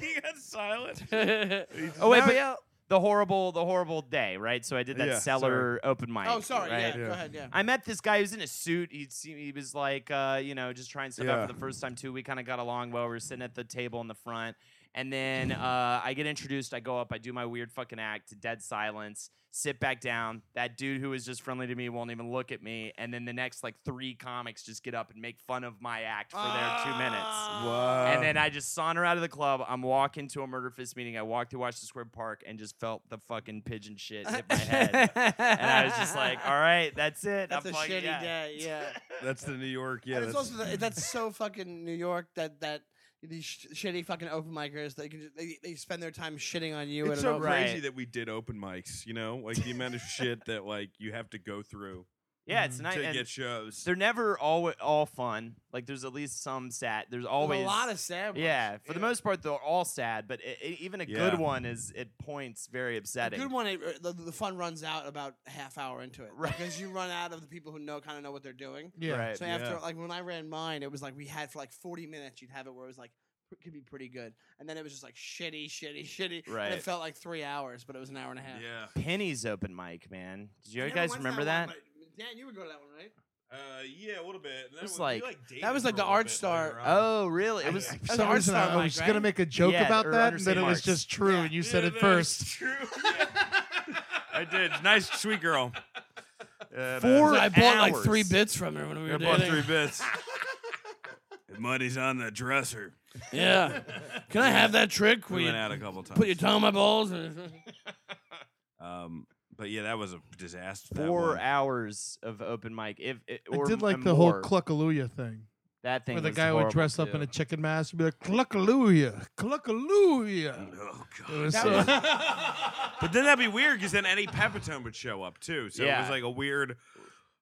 [SPEAKER 1] you got silent.
[SPEAKER 2] Oh wait,
[SPEAKER 1] Now-
[SPEAKER 2] but the horrible, the horrible day, right? So I did that
[SPEAKER 1] Yeah,
[SPEAKER 2] cellar open mic.
[SPEAKER 3] oh, sorry.
[SPEAKER 2] right?
[SPEAKER 3] Yeah,
[SPEAKER 1] Yeah.
[SPEAKER 3] Go ahead. Yeah.
[SPEAKER 2] I met this guy who's in a suit. He'd seen, he was like, uh, you know, just trying stuff
[SPEAKER 1] Yeah.
[SPEAKER 2] out for the first time too. We kind of got along well. We were sitting at the table in the front, and then uh, I get introduced. I go up. I do my weird fucking act. Dead silence. Sit back down. That dude who was just friendly to me won't even look at me. And then the next like three comics just get up and make fun of my act for their two minutes.
[SPEAKER 1] Wow.
[SPEAKER 2] And then I just saunter out of the club. I'm walking to a Murder Fist meeting. I walked to Washington Square Park and just felt the fucking pigeon shit
[SPEAKER 3] Ah.
[SPEAKER 2] hit my head. and I was just like, all right, that's it.
[SPEAKER 3] That's
[SPEAKER 2] I'm
[SPEAKER 3] a
[SPEAKER 2] fucking-
[SPEAKER 3] shitty
[SPEAKER 2] yeah.
[SPEAKER 3] day. Yeah.
[SPEAKER 1] that's the New York. Yeah,
[SPEAKER 3] and it's
[SPEAKER 1] that's,
[SPEAKER 3] also the, that's so fucking New York that that these sh- shitty fucking open micers they can just, they, they spend their time shitting on you.
[SPEAKER 1] it's
[SPEAKER 3] at
[SPEAKER 1] so
[SPEAKER 3] an open-
[SPEAKER 2] Right.
[SPEAKER 1] crazy that we did open mics. You know, like the amount of shit that like you have to go through
[SPEAKER 2] Yeah, it's
[SPEAKER 4] Mhm.
[SPEAKER 2] nice.
[SPEAKER 1] to
[SPEAKER 2] and
[SPEAKER 1] get shows.
[SPEAKER 2] They're never all all fun. Like there's at least some sad. There's
[SPEAKER 3] There's
[SPEAKER 2] always
[SPEAKER 3] a lot of sad. ones.
[SPEAKER 2] Yeah, for the most part, they're all sad. But i i even a
[SPEAKER 1] Yeah.
[SPEAKER 2] good one is at points very
[SPEAKER 3] A
[SPEAKER 2] upsetting.
[SPEAKER 3] good one. It, uh, the, the fun runs out about half hour into it
[SPEAKER 2] Right.
[SPEAKER 3] because you run out of the people who know kind of know what they're doing.
[SPEAKER 4] Yeah.
[SPEAKER 2] Right.
[SPEAKER 3] So
[SPEAKER 1] Yeah.
[SPEAKER 3] after like when I ran mine, it was like we had for like 40 minutes. You'd have it where it was like pr- could be pretty good, and then it was just like shitty, shitty, shitty. And
[SPEAKER 2] Right.
[SPEAKER 3] it felt like three hours, but it was an hour and a half.
[SPEAKER 1] yeah.
[SPEAKER 2] Penny's open mic, man. Did you
[SPEAKER 3] I never
[SPEAKER 2] guys
[SPEAKER 3] went to
[SPEAKER 2] remember
[SPEAKER 3] that?
[SPEAKER 2] that?
[SPEAKER 3] one, but Dan, you would go to that one, right?
[SPEAKER 1] Uh, yeah, a little bit. And then
[SPEAKER 2] It's
[SPEAKER 1] we- we,
[SPEAKER 2] like-
[SPEAKER 1] dated
[SPEAKER 3] That was like
[SPEAKER 1] for a
[SPEAKER 3] the
[SPEAKER 1] little
[SPEAKER 3] Art
[SPEAKER 1] bit
[SPEAKER 3] Star.
[SPEAKER 1] later on.
[SPEAKER 2] Oh, really? It was.
[SPEAKER 3] Yeah.
[SPEAKER 4] For
[SPEAKER 3] That's
[SPEAKER 4] some
[SPEAKER 3] our
[SPEAKER 4] reason, I
[SPEAKER 3] style,
[SPEAKER 4] was
[SPEAKER 3] Mike,
[SPEAKER 4] gonna
[SPEAKER 3] right?
[SPEAKER 4] make a joke
[SPEAKER 2] Yeah,
[SPEAKER 4] about
[SPEAKER 2] or
[SPEAKER 4] that, and
[SPEAKER 2] understand
[SPEAKER 4] then it was
[SPEAKER 2] marks.
[SPEAKER 4] just true,
[SPEAKER 3] Yeah.
[SPEAKER 4] and you
[SPEAKER 1] Yeah,
[SPEAKER 4] said it
[SPEAKER 1] that
[SPEAKER 4] first.
[SPEAKER 1] is True. I did. Nice, sweet girl. And, uh,
[SPEAKER 2] Four
[SPEAKER 3] I bought like
[SPEAKER 2] hours.
[SPEAKER 3] three bits from her when we
[SPEAKER 1] I
[SPEAKER 3] were
[SPEAKER 1] bought
[SPEAKER 3] dating.
[SPEAKER 1] three bits. The money's on the dresser.
[SPEAKER 3] Yeah. Can I have that trick
[SPEAKER 1] We
[SPEAKER 3] where
[SPEAKER 1] went
[SPEAKER 3] you
[SPEAKER 1] out a couple times.
[SPEAKER 3] put your tongue on my balls? and-
[SPEAKER 1] um, but yeah, that was a disaster. that
[SPEAKER 2] four
[SPEAKER 1] one.
[SPEAKER 2] hours of open mic. If it,
[SPEAKER 4] I
[SPEAKER 2] or
[SPEAKER 4] did
[SPEAKER 2] m-
[SPEAKER 4] like
[SPEAKER 2] and
[SPEAKER 4] the whole
[SPEAKER 2] more.
[SPEAKER 4] Cluckalooya thing,
[SPEAKER 2] that thing
[SPEAKER 4] where the
[SPEAKER 2] was
[SPEAKER 4] guy would
[SPEAKER 2] horrible,
[SPEAKER 4] dress up in
[SPEAKER 2] too.
[SPEAKER 4] a chicken mask and be like Cluckalooya, Cluckalooya.
[SPEAKER 1] Oh
[SPEAKER 4] It
[SPEAKER 1] god.
[SPEAKER 4] was
[SPEAKER 3] That
[SPEAKER 4] so-
[SPEAKER 3] was-
[SPEAKER 1] But then that'd be weird because then Eddie Pepitone would show up too. So it
[SPEAKER 2] Yeah.
[SPEAKER 1] was like a weird.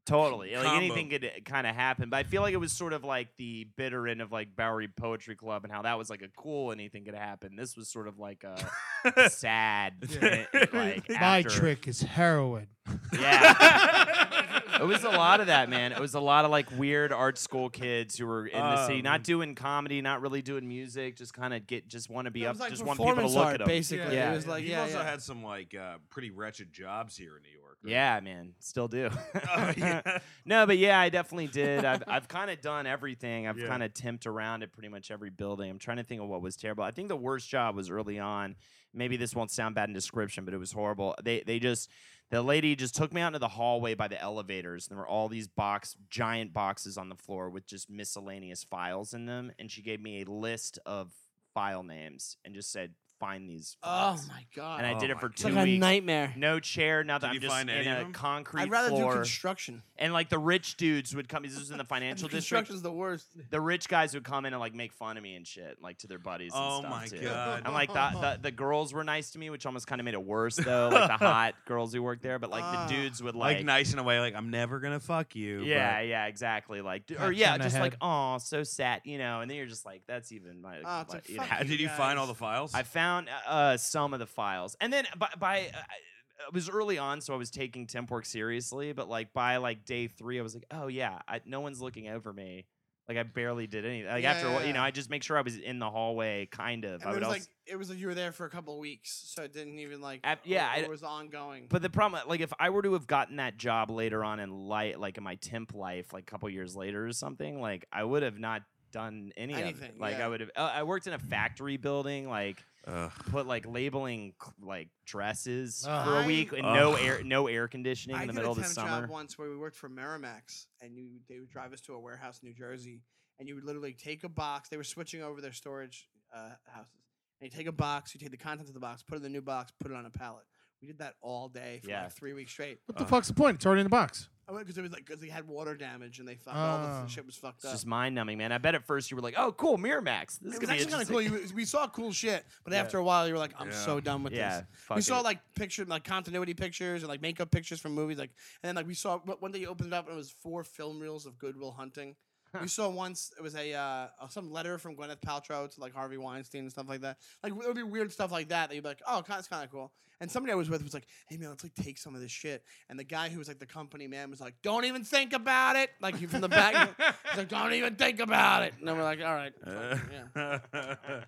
[SPEAKER 2] Totally. Like
[SPEAKER 1] combo.
[SPEAKER 2] anything could kind of happen. But I feel like it was sort of like the bitter end of like Bowery Poetry Club and how that was like a cool anything could happen. This was sort of like a sad
[SPEAKER 1] Yeah.
[SPEAKER 2] eh, like
[SPEAKER 4] my
[SPEAKER 2] after.
[SPEAKER 4] trick is heroin.
[SPEAKER 2] Yeah. It was a lot of that, man. It was a lot of like weird art school kids who were in the city,
[SPEAKER 1] Um,
[SPEAKER 2] not doing comedy, not really doing music, just kind of get, just want to be
[SPEAKER 3] It
[SPEAKER 2] up,
[SPEAKER 3] was like
[SPEAKER 2] just want people to
[SPEAKER 3] performance
[SPEAKER 2] look
[SPEAKER 3] art,
[SPEAKER 2] at them.
[SPEAKER 3] Basically,
[SPEAKER 2] Yeah.
[SPEAKER 3] it was like
[SPEAKER 1] You've
[SPEAKER 3] yeah,
[SPEAKER 1] also
[SPEAKER 3] yeah.
[SPEAKER 1] had some like uh, pretty wretched jobs here in New York. right?
[SPEAKER 2] Yeah, man, still do.
[SPEAKER 1] Oh, yeah.
[SPEAKER 2] No, but yeah, I definitely did. I've, I've kind of done everything. I've
[SPEAKER 1] Yeah.
[SPEAKER 2] kind of timped around at pretty much every building. I'm trying to think of what was terrible. I think the worst job was early on. Maybe this won't sound bad in description, but it was horrible. They they just the lady just took me out into the hallway by the elevators. And there were all these box giant boxes on the floor with just miscellaneous files in them, and she gave me a list of file names and just said, "Find these."
[SPEAKER 3] Oh
[SPEAKER 2] files."
[SPEAKER 3] my god.
[SPEAKER 2] and I did
[SPEAKER 1] Oh
[SPEAKER 2] it for
[SPEAKER 1] my
[SPEAKER 3] it's
[SPEAKER 2] two
[SPEAKER 3] like a
[SPEAKER 2] weeks.
[SPEAKER 3] nightmare.
[SPEAKER 2] no chair. Now that
[SPEAKER 1] Did
[SPEAKER 2] I'm
[SPEAKER 1] you
[SPEAKER 2] just
[SPEAKER 1] find
[SPEAKER 2] in
[SPEAKER 1] any of
[SPEAKER 2] a
[SPEAKER 1] them?
[SPEAKER 2] concrete
[SPEAKER 3] I'd rather
[SPEAKER 2] floor.
[SPEAKER 3] do construction.
[SPEAKER 2] And like the rich dudes would come. This was in the financial district.
[SPEAKER 3] Construction's the worst.
[SPEAKER 2] The rich guys would come in and like make fun of me and shit, like to their buddies. And
[SPEAKER 1] Oh
[SPEAKER 2] stuff
[SPEAKER 1] my
[SPEAKER 2] too.
[SPEAKER 1] god.
[SPEAKER 2] And like the, the the girls were nice to me, which almost kind of made it worse though. Like the hot girls who worked there, but like
[SPEAKER 3] Ah.
[SPEAKER 2] the dudes would
[SPEAKER 1] like,
[SPEAKER 2] like.
[SPEAKER 1] nice in a way, like I'm never gonna fuck you.
[SPEAKER 2] yeah, yeah, exactly. Like, d-
[SPEAKER 4] Pat
[SPEAKER 2] or
[SPEAKER 4] you
[SPEAKER 2] yeah,
[SPEAKER 4] on the
[SPEAKER 2] just like,
[SPEAKER 4] head.
[SPEAKER 2] oh, so sad, you know. And then you're just like, that's even my.
[SPEAKER 3] Ah, it's
[SPEAKER 2] my-
[SPEAKER 3] like,
[SPEAKER 2] you know.
[SPEAKER 3] fuck
[SPEAKER 1] How, did you find all
[SPEAKER 3] guys.
[SPEAKER 1] the files?
[SPEAKER 2] I found uh, some of the files, and then by, by uh, I- it was early on, so I was taking temp work seriously. But like by like day three, I was like, oh yeah, I, no one's looking over me. Like I barely did anything. Like
[SPEAKER 3] Yeah,
[SPEAKER 2] after a while,
[SPEAKER 3] yeah,
[SPEAKER 2] you know,
[SPEAKER 3] yeah.
[SPEAKER 2] I just make sure I was in the hallway, kind of.
[SPEAKER 3] And
[SPEAKER 2] I
[SPEAKER 3] it
[SPEAKER 2] would
[SPEAKER 3] was
[SPEAKER 2] also,
[SPEAKER 3] like it was like you were there for a couple of weeks, so it didn't even like
[SPEAKER 2] Ap- yeah,
[SPEAKER 3] it,
[SPEAKER 2] I-
[SPEAKER 3] was ongoing.
[SPEAKER 2] but the problem, like, if I were to have gotten that job later on in light, like in my temp life, like a couple years later or something, like I would have not done any Of
[SPEAKER 3] Anything,
[SPEAKER 2] it. Like
[SPEAKER 3] yeah.
[SPEAKER 2] I would have. Uh, I worked in a factory building, like.
[SPEAKER 1] Ugh.
[SPEAKER 2] put like labeling c- like dresses
[SPEAKER 4] Ugh.
[SPEAKER 2] for a
[SPEAKER 3] Uh, I-
[SPEAKER 2] week and no
[SPEAKER 1] Ugh.
[SPEAKER 2] air no air conditioning
[SPEAKER 3] I
[SPEAKER 2] in the
[SPEAKER 3] did a
[SPEAKER 2] middle of the
[SPEAKER 3] temp
[SPEAKER 2] summer.
[SPEAKER 3] job once where we worked for Merrimax, and you they would drive us to a warehouse in New Jersey, and you would literally take a box. They were switching over their storage uh, houses, and you take a box, you take the contents of the box, put it in the new box, put it on a pallet. We did that all day for
[SPEAKER 2] Yeah.
[SPEAKER 3] like three weeks straight.
[SPEAKER 4] What the
[SPEAKER 1] Uh,
[SPEAKER 4] fuck's the point? It's already in the box.
[SPEAKER 3] I went because it was like because they had water damage and they fucked all the
[SPEAKER 2] Ah.
[SPEAKER 4] Oh.
[SPEAKER 3] f- shit was fucked
[SPEAKER 2] It's
[SPEAKER 3] up.
[SPEAKER 2] just mind numbing, man. I bet at first you were like, "Oh, cool, Miramax. This is
[SPEAKER 3] uh, it was
[SPEAKER 2] gonna be
[SPEAKER 3] actually kind of cool. You, we saw cool shit, but
[SPEAKER 4] Yeah.
[SPEAKER 3] after a while, you were like, "I'm
[SPEAKER 1] Yeah.
[SPEAKER 3] so done with
[SPEAKER 2] yeah,
[SPEAKER 3] this."
[SPEAKER 2] fuck
[SPEAKER 3] we saw
[SPEAKER 2] it.
[SPEAKER 3] like picture like continuity pictures and like makeup pictures from movies, like and then like we saw one- one day you opened it up and it was four film reels of Goodwill Hunting. We saw once it was a uh, some letter from Gwyneth Paltrow to like Harvey Weinstein and stuff like that. Like it would be weird stuff like that that you'd be like, oh, that's kind of cool. And somebody I was with was like, hey man, let's like take some of this shit. And the guy who was like the company man was like, don't even think about it. Like he from the back, he's like, don't even think about it. And then we're like, all right, fuck
[SPEAKER 1] Uh,
[SPEAKER 3] it, yeah.
[SPEAKER 1] yeah,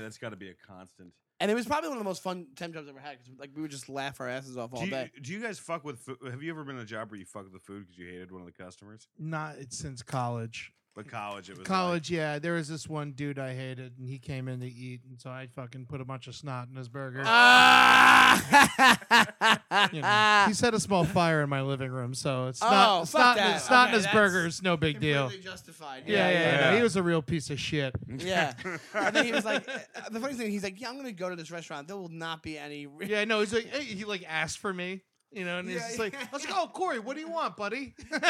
[SPEAKER 1] that's got to be a constant.
[SPEAKER 3] And it was probably one of the most fun temp jobs I ever had because like we would just laugh our asses off all
[SPEAKER 1] Do
[SPEAKER 3] day.
[SPEAKER 1] you, do you guys fuck with food? Have you ever been in a job where you fuck with the food because you hated one of the customers?
[SPEAKER 4] Not it's since college.
[SPEAKER 1] But college, it was
[SPEAKER 4] College, yeah. There was this one dude I hated, and he came in to eat, and so I fucking put a bunch of snot in his burger. You know,
[SPEAKER 3] Ah!
[SPEAKER 4] he set a small fire in my living room, so it's
[SPEAKER 3] Oh,
[SPEAKER 4] not, it's
[SPEAKER 3] fuck
[SPEAKER 4] not,
[SPEAKER 3] that.
[SPEAKER 4] it's not
[SPEAKER 3] Okay,
[SPEAKER 4] in his
[SPEAKER 3] that's
[SPEAKER 4] burgers. No big deal.
[SPEAKER 3] Completely justified.
[SPEAKER 4] Yeah, yeah, yeah,
[SPEAKER 1] yeah.
[SPEAKER 4] He was a real piece of shit.
[SPEAKER 3] Yeah.
[SPEAKER 1] Like,
[SPEAKER 3] And then he was like, uh, the funny thing, he's like, yeah, I'm going to go to this restaurant. There will not be any. Re-
[SPEAKER 4] Yeah, no, he's like, hey, he like asked for me, you know, and he's
[SPEAKER 3] Yeah,
[SPEAKER 4] just like,
[SPEAKER 3] yeah.
[SPEAKER 4] I was like, oh, Corey, what do you want, buddy?
[SPEAKER 3] there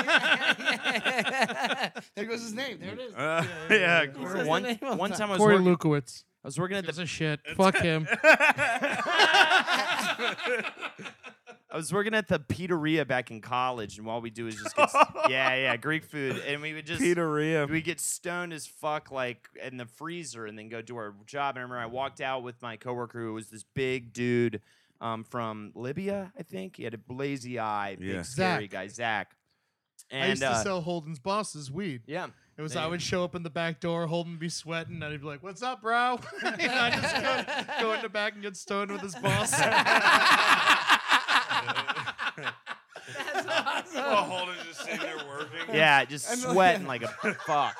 [SPEAKER 3] goes his name. There it is.
[SPEAKER 1] Uh,
[SPEAKER 4] Yeah, yeah,
[SPEAKER 1] yeah,
[SPEAKER 4] yeah.
[SPEAKER 1] Corey.
[SPEAKER 3] Says the
[SPEAKER 2] one,
[SPEAKER 3] name all
[SPEAKER 2] one
[SPEAKER 3] the
[SPEAKER 2] time I was,
[SPEAKER 4] Corey
[SPEAKER 2] working,
[SPEAKER 4] Lukowitz.
[SPEAKER 2] I was working at
[SPEAKER 4] Gives
[SPEAKER 2] the
[SPEAKER 4] a shit. Fuck him.
[SPEAKER 2] I was working at the pizzeria back in college, and all we do is just get, yeah, yeah, Greek food, and we would just
[SPEAKER 1] Pizzeria.
[SPEAKER 2] we get stoned as fuck, like in the freezer, and then go do our job. And I remember I walked out with my coworker who was this big dude um, from Libya, I think. He had a lazy eye, big
[SPEAKER 1] Yeah.
[SPEAKER 2] scary
[SPEAKER 4] Zach.
[SPEAKER 2] guy, Zach. And
[SPEAKER 4] I used to
[SPEAKER 2] uh,
[SPEAKER 4] sell Holden's boss's weed.
[SPEAKER 2] yeah,
[SPEAKER 4] It was
[SPEAKER 2] There
[SPEAKER 4] I
[SPEAKER 2] you
[SPEAKER 4] would show up in the back door, Holden be sweating, and I'd be like, "What's up, bro?" and I just go, go in the back and get stoned with his boss.
[SPEAKER 1] Oh, Holden just sitting there working.
[SPEAKER 2] yeah, just
[SPEAKER 3] I'm like-
[SPEAKER 2] sweating like a fuck,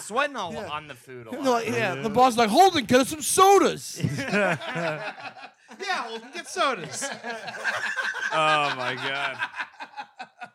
[SPEAKER 2] sweating all
[SPEAKER 3] Yeah.
[SPEAKER 2] on the food a lot.
[SPEAKER 3] No, yeah, the boss is like, Holden, get us some sodas.
[SPEAKER 4] yeah, Holden, get sodas.
[SPEAKER 1] Oh my god.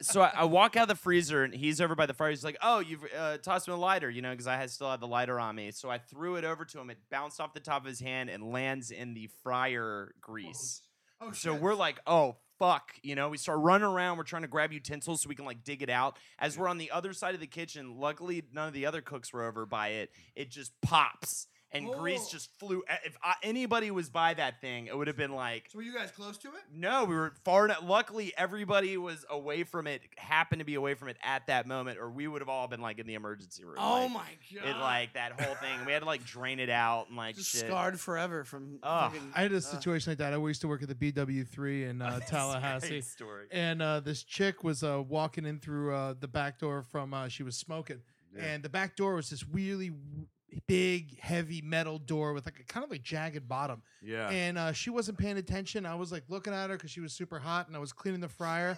[SPEAKER 2] so I, I walk out of the freezer and he's over by the fire. He's like, "Oh, you've uh, tossed me a lighter, you know, because I had, still had the lighter on me." So I threw it over to him. It bounced off the top of his hand and lands in the fryer grease.
[SPEAKER 3] oh,
[SPEAKER 2] So we're like, "Oh." Fuck, you know, we start running around. We're trying to grab utensils so we can like dig it out. As we're on the other side of the kitchen, luckily none of the other cooks were over by it. It just pops, and grease
[SPEAKER 3] Oh.
[SPEAKER 2] just flew. If I, anybody was by that thing, it would have been like
[SPEAKER 3] were you guys close to it?
[SPEAKER 2] no, we were far enough. Luckily, everybody was away from it, happened to be away from it at that moment, or we would have all been like in the emergency room.
[SPEAKER 3] Oh
[SPEAKER 2] like,
[SPEAKER 3] my god!
[SPEAKER 2] It like that whole thing. We had to like drain it out and like
[SPEAKER 3] just
[SPEAKER 2] shit.
[SPEAKER 3] scarred forever from.
[SPEAKER 2] Ugh.
[SPEAKER 3] fucking- uh,
[SPEAKER 4] I had a
[SPEAKER 3] Ugh.
[SPEAKER 4] situation like that. I used to work at the BW3 in uh,
[SPEAKER 2] It's a
[SPEAKER 4] Tallahassee.
[SPEAKER 2] great story.
[SPEAKER 4] and uh, this chick was uh, walking in through uh, the back door from uh, she was smoking,
[SPEAKER 1] Yeah.
[SPEAKER 4] and the back door was this really w- big, heavy metal door with like a kind of like jagged bottom.
[SPEAKER 1] Yeah.
[SPEAKER 4] And uh, she wasn't paying attention. I was like looking at her because she was super hot, and I was cleaning the fryer,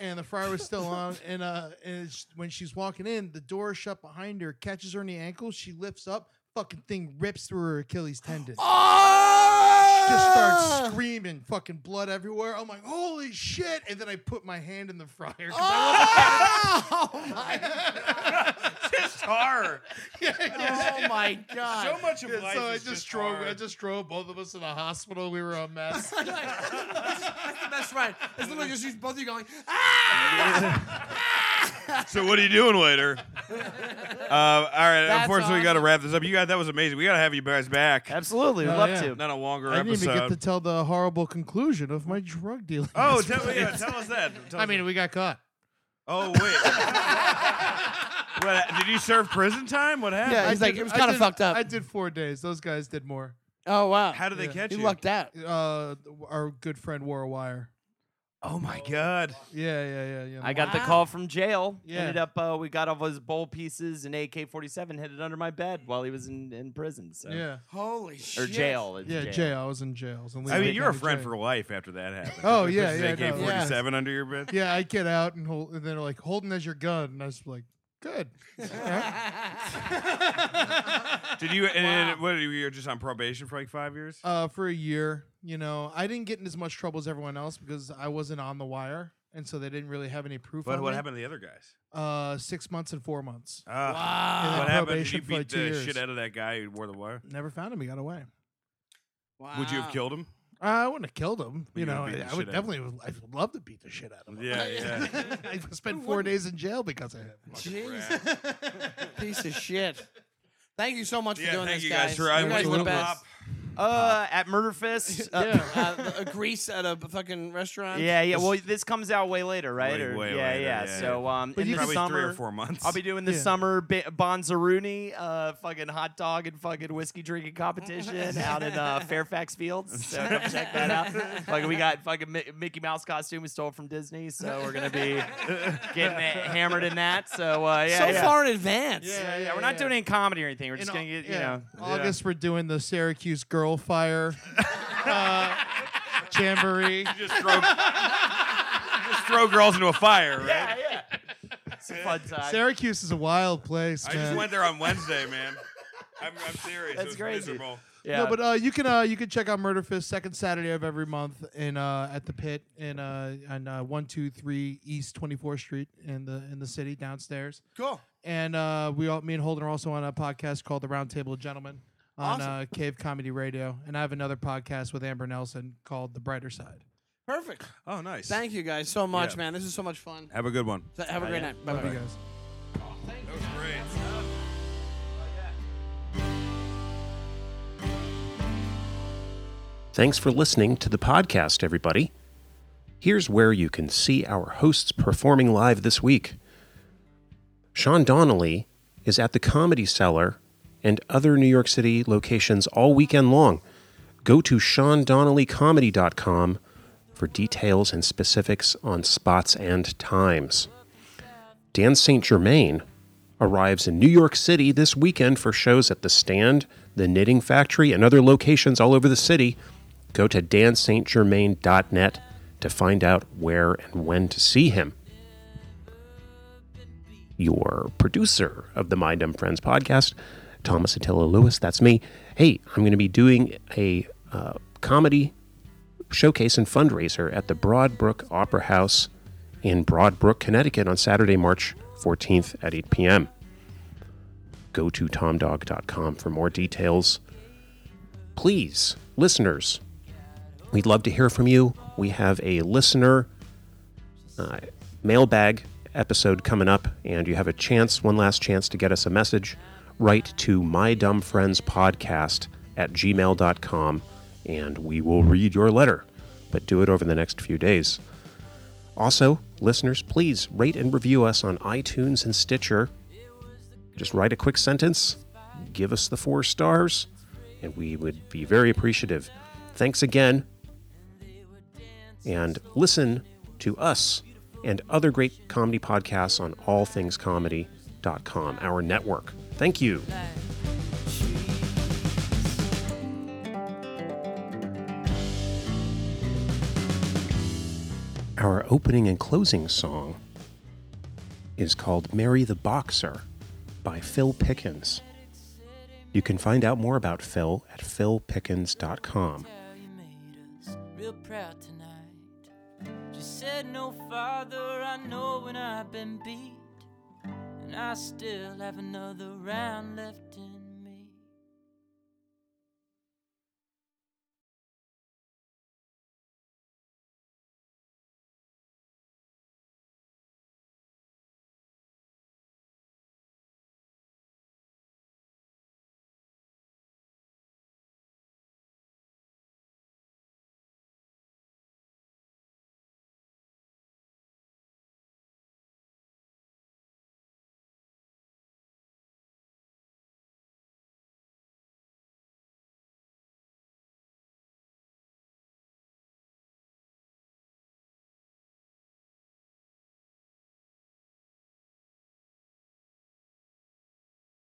[SPEAKER 4] and the fryer was still on. And, uh, and sh- when she's walking in, the door shut behind her, catches her in the ankle. She lifts up, fucking thing rips through her Achilles tendon
[SPEAKER 3] Oh!
[SPEAKER 4] just
[SPEAKER 1] Ah!
[SPEAKER 4] start screaming, fucking blood everywhere. I'm like, holy shit! And then I put my hand in the fryer. 'cause
[SPEAKER 1] Ah!
[SPEAKER 3] Oh!
[SPEAKER 4] I
[SPEAKER 3] my
[SPEAKER 1] just horror.
[SPEAKER 4] yeah, yeah.
[SPEAKER 3] Oh my god!
[SPEAKER 1] So much of
[SPEAKER 4] Yeah,
[SPEAKER 1] life
[SPEAKER 4] so I
[SPEAKER 1] is
[SPEAKER 4] just, drove.
[SPEAKER 1] horror.
[SPEAKER 4] I just drove both of us to the hospital. We were a mess.
[SPEAKER 3] That's the best ride. It's literally just you both of you going, ah!
[SPEAKER 1] So what are you doing later? uh, all right.
[SPEAKER 3] That's
[SPEAKER 1] unfortunately, we got to
[SPEAKER 3] awesome.
[SPEAKER 1] wrap this up. You guys, that was amazing. We got to have you guys back.
[SPEAKER 2] Absolutely, we'd
[SPEAKER 4] Oh,
[SPEAKER 2] love
[SPEAKER 4] yeah.
[SPEAKER 2] to.
[SPEAKER 1] Not a longer
[SPEAKER 4] I didn't
[SPEAKER 1] episode.
[SPEAKER 4] even get to tell the horrible conclusion of my drug dealing.
[SPEAKER 1] oh, tell, yeah, tell us that. Tell
[SPEAKER 4] I
[SPEAKER 1] us
[SPEAKER 4] mean, we got caught.
[SPEAKER 1] that. oh wait. what, did you serve prison time? What happened?
[SPEAKER 3] Yeah,
[SPEAKER 4] I
[SPEAKER 3] he's like,
[SPEAKER 4] did-
[SPEAKER 3] it was
[SPEAKER 4] I
[SPEAKER 3] kinda
[SPEAKER 4] did-
[SPEAKER 3] fucked up.
[SPEAKER 4] I did four days. Those guys did more.
[SPEAKER 3] oh wow!
[SPEAKER 1] How did they
[SPEAKER 4] Yeah.
[SPEAKER 1] catch
[SPEAKER 3] he
[SPEAKER 1] you?
[SPEAKER 3] lucked out.
[SPEAKER 4] Uh, our good friend wore a wire.
[SPEAKER 1] Oh my god.
[SPEAKER 4] Yeah, yeah, yeah, yeah.
[SPEAKER 2] I got the
[SPEAKER 3] Wow.
[SPEAKER 2] call from jail.
[SPEAKER 4] Yeah.
[SPEAKER 2] Ended up, uh, we got all those bowl pieces and AK 47, hid it under my bed while he was in, in prison. So.
[SPEAKER 4] yeah,
[SPEAKER 3] Holy
[SPEAKER 2] Or
[SPEAKER 3] shit!
[SPEAKER 2] jail. It's
[SPEAKER 4] yeah.
[SPEAKER 2] jail.
[SPEAKER 4] Jail. I was in jail. I was in
[SPEAKER 1] I
[SPEAKER 4] Leland
[SPEAKER 1] mean, you're a
[SPEAKER 4] County
[SPEAKER 1] friend
[SPEAKER 4] jail.
[SPEAKER 1] for life after that happened.
[SPEAKER 4] Oh,
[SPEAKER 1] Just
[SPEAKER 4] yeah,
[SPEAKER 1] put
[SPEAKER 4] yeah,
[SPEAKER 1] this AK-47 under your bed.
[SPEAKER 4] yeah, I get out and hold, and they're like, holding as your gun, and I was like, good. Alright.
[SPEAKER 1] Did you? And, and what? You were just on probation for like five years.
[SPEAKER 4] uh, for a year, you know, I didn't get in as much trouble as everyone else because I wasn't on the wire, and so they didn't really have any proof.
[SPEAKER 1] But
[SPEAKER 4] on
[SPEAKER 1] what
[SPEAKER 4] me.
[SPEAKER 1] happened to the other guys?
[SPEAKER 4] Uh, six months and four months.
[SPEAKER 1] Ah.
[SPEAKER 4] And then
[SPEAKER 3] Wow!
[SPEAKER 1] What happened? Did
[SPEAKER 4] probation
[SPEAKER 1] you
[SPEAKER 4] for, like,
[SPEAKER 1] beat
[SPEAKER 4] two
[SPEAKER 1] the
[SPEAKER 4] years.
[SPEAKER 1] shit out of that guy who wore the wire?
[SPEAKER 4] Never found him. He got away.
[SPEAKER 3] wow.
[SPEAKER 1] Would you
[SPEAKER 2] Uh,
[SPEAKER 1] have killed him?
[SPEAKER 4] I wouldn't have killed him.
[SPEAKER 1] But
[SPEAKER 4] You
[SPEAKER 1] you would've
[SPEAKER 4] know,
[SPEAKER 1] beat
[SPEAKER 4] I,
[SPEAKER 1] the
[SPEAKER 4] I would
[SPEAKER 1] shit out of
[SPEAKER 4] definitely. I would love to beat the shit out of him.
[SPEAKER 1] Yeah, yeah.
[SPEAKER 4] I spent four days in jail because of him.
[SPEAKER 3] Jeez. Piece of shit. Thank you so much for
[SPEAKER 1] yeah,
[SPEAKER 3] doing
[SPEAKER 1] thank
[SPEAKER 3] this,
[SPEAKER 1] you guys, for I
[SPEAKER 3] You
[SPEAKER 1] wish
[SPEAKER 3] guys are
[SPEAKER 1] little
[SPEAKER 3] the best.
[SPEAKER 1] pop.
[SPEAKER 2] Uh, at Murderfest. Uh,
[SPEAKER 4] Yeah.
[SPEAKER 3] uh, a grease at a fucking restaurant.
[SPEAKER 2] yeah, yeah. Well, this comes out way later, right?
[SPEAKER 1] Way,
[SPEAKER 2] Or-
[SPEAKER 1] way
[SPEAKER 2] yeah,
[SPEAKER 1] later,
[SPEAKER 2] yeah,
[SPEAKER 1] yeah,
[SPEAKER 2] So um,
[SPEAKER 4] But
[SPEAKER 2] in
[SPEAKER 4] you
[SPEAKER 2] the
[SPEAKER 1] Probably
[SPEAKER 2] summer,
[SPEAKER 1] three or four months.
[SPEAKER 2] I'll be doing the
[SPEAKER 4] Yeah.
[SPEAKER 2] summer bi- Bonzaruni, uh, fucking hot dog and fucking whiskey drinking competition out in uh, Fairfax Fields. So come check that out. Like we got fucking Mi- Mickey Mouse costume we stole from Disney, so we're gonna be getting it hammered in that. So uh, yeah,
[SPEAKER 3] so
[SPEAKER 2] yeah.
[SPEAKER 3] far in advance.
[SPEAKER 4] Yeah.
[SPEAKER 2] yeah, yeah, we're not doing any comedy or anything. We're just
[SPEAKER 4] In
[SPEAKER 2] gonna
[SPEAKER 4] Au-
[SPEAKER 2] get you
[SPEAKER 4] yeah.
[SPEAKER 2] know.
[SPEAKER 4] August we're doing the Syracuse Girl Fire uh, Jamboree.
[SPEAKER 1] just throw, just throw girls into a fire, right?
[SPEAKER 2] Yeah, yeah. It's a fun time.
[SPEAKER 4] Syracuse is a wild place,
[SPEAKER 1] I
[SPEAKER 4] man.
[SPEAKER 1] just went there on Wednesday, man. I'm, I'm serious.
[SPEAKER 2] That's
[SPEAKER 1] it was
[SPEAKER 2] crazy.
[SPEAKER 1] Miserable.
[SPEAKER 2] yeah.
[SPEAKER 4] No, but uh, you can uh, you can check out Murderfist second Saturday of every month in uh, at the pit in uh, on uh, one two three East Twenty Fourth Street in the in the city downstairs.
[SPEAKER 3] Cool.
[SPEAKER 4] And uh, we all, me and Holden are also on a podcast called The Roundtable of Gentlemen on
[SPEAKER 3] Awesome.
[SPEAKER 4] uh, Cave Comedy Radio, and I have another podcast with Amber Nelson called The Brighter Side.
[SPEAKER 3] Perfect.
[SPEAKER 1] Oh, nice.
[SPEAKER 3] Thank you guys so much,
[SPEAKER 1] Yeah.
[SPEAKER 3] man. This is so much fun.
[SPEAKER 1] Have a good one.
[SPEAKER 3] So Have a great
[SPEAKER 2] yeah.
[SPEAKER 3] night.
[SPEAKER 4] Love
[SPEAKER 3] Bye-bye.
[SPEAKER 4] you guys.
[SPEAKER 1] That was great.
[SPEAKER 5] Thanks for listening to the podcast, everybody. Here's where you can see our hosts performing live this week. Sean Donnelly is at the Comedy Cellar and other New York City locations all weekend long. Go to SeanDonnellyComedy.com for details and specifics on spots and times. Dan St. Germain arrives in New York City this weekend for shows at The Stand, The Knitting Factory, and other locations all over the city. Go to danstgermain.net to find out where and when to see him. Your producer of the Mind Dumb Friends podcast, Thomas Attila Lewis, that's me. Hey, I'm going to be doing a uh, comedy showcase and fundraiser at the Broadbrook Opera House in Broadbrook, Connecticut on Saturday, March 14th at 8 p.m. Go to tomdog.com for more details. Please, listeners, we'd love to hear from you. We have a listener uh, mailbag episode coming up, and you have a chance, one last chance to get us a message. Write to my dumb friends podcast at gmail.com, and we will read your letter, but do it over the next few days. Also, listeners, please rate and review us on iTunes and Stitcher. Just write a quick sentence, give us the four stars, and we would be very appreciative. Thanks again. And listen to us and other great comedy podcasts on allthingscomedy.com, our network. Thank you. Our opening and closing song is called Mary the Boxer by Phil Pickens. You can find out more about Phil at philpickens.com.
[SPEAKER 6] How you made us real proud tonight. She said, No, father, I know when I've been beat, and I still have another round left in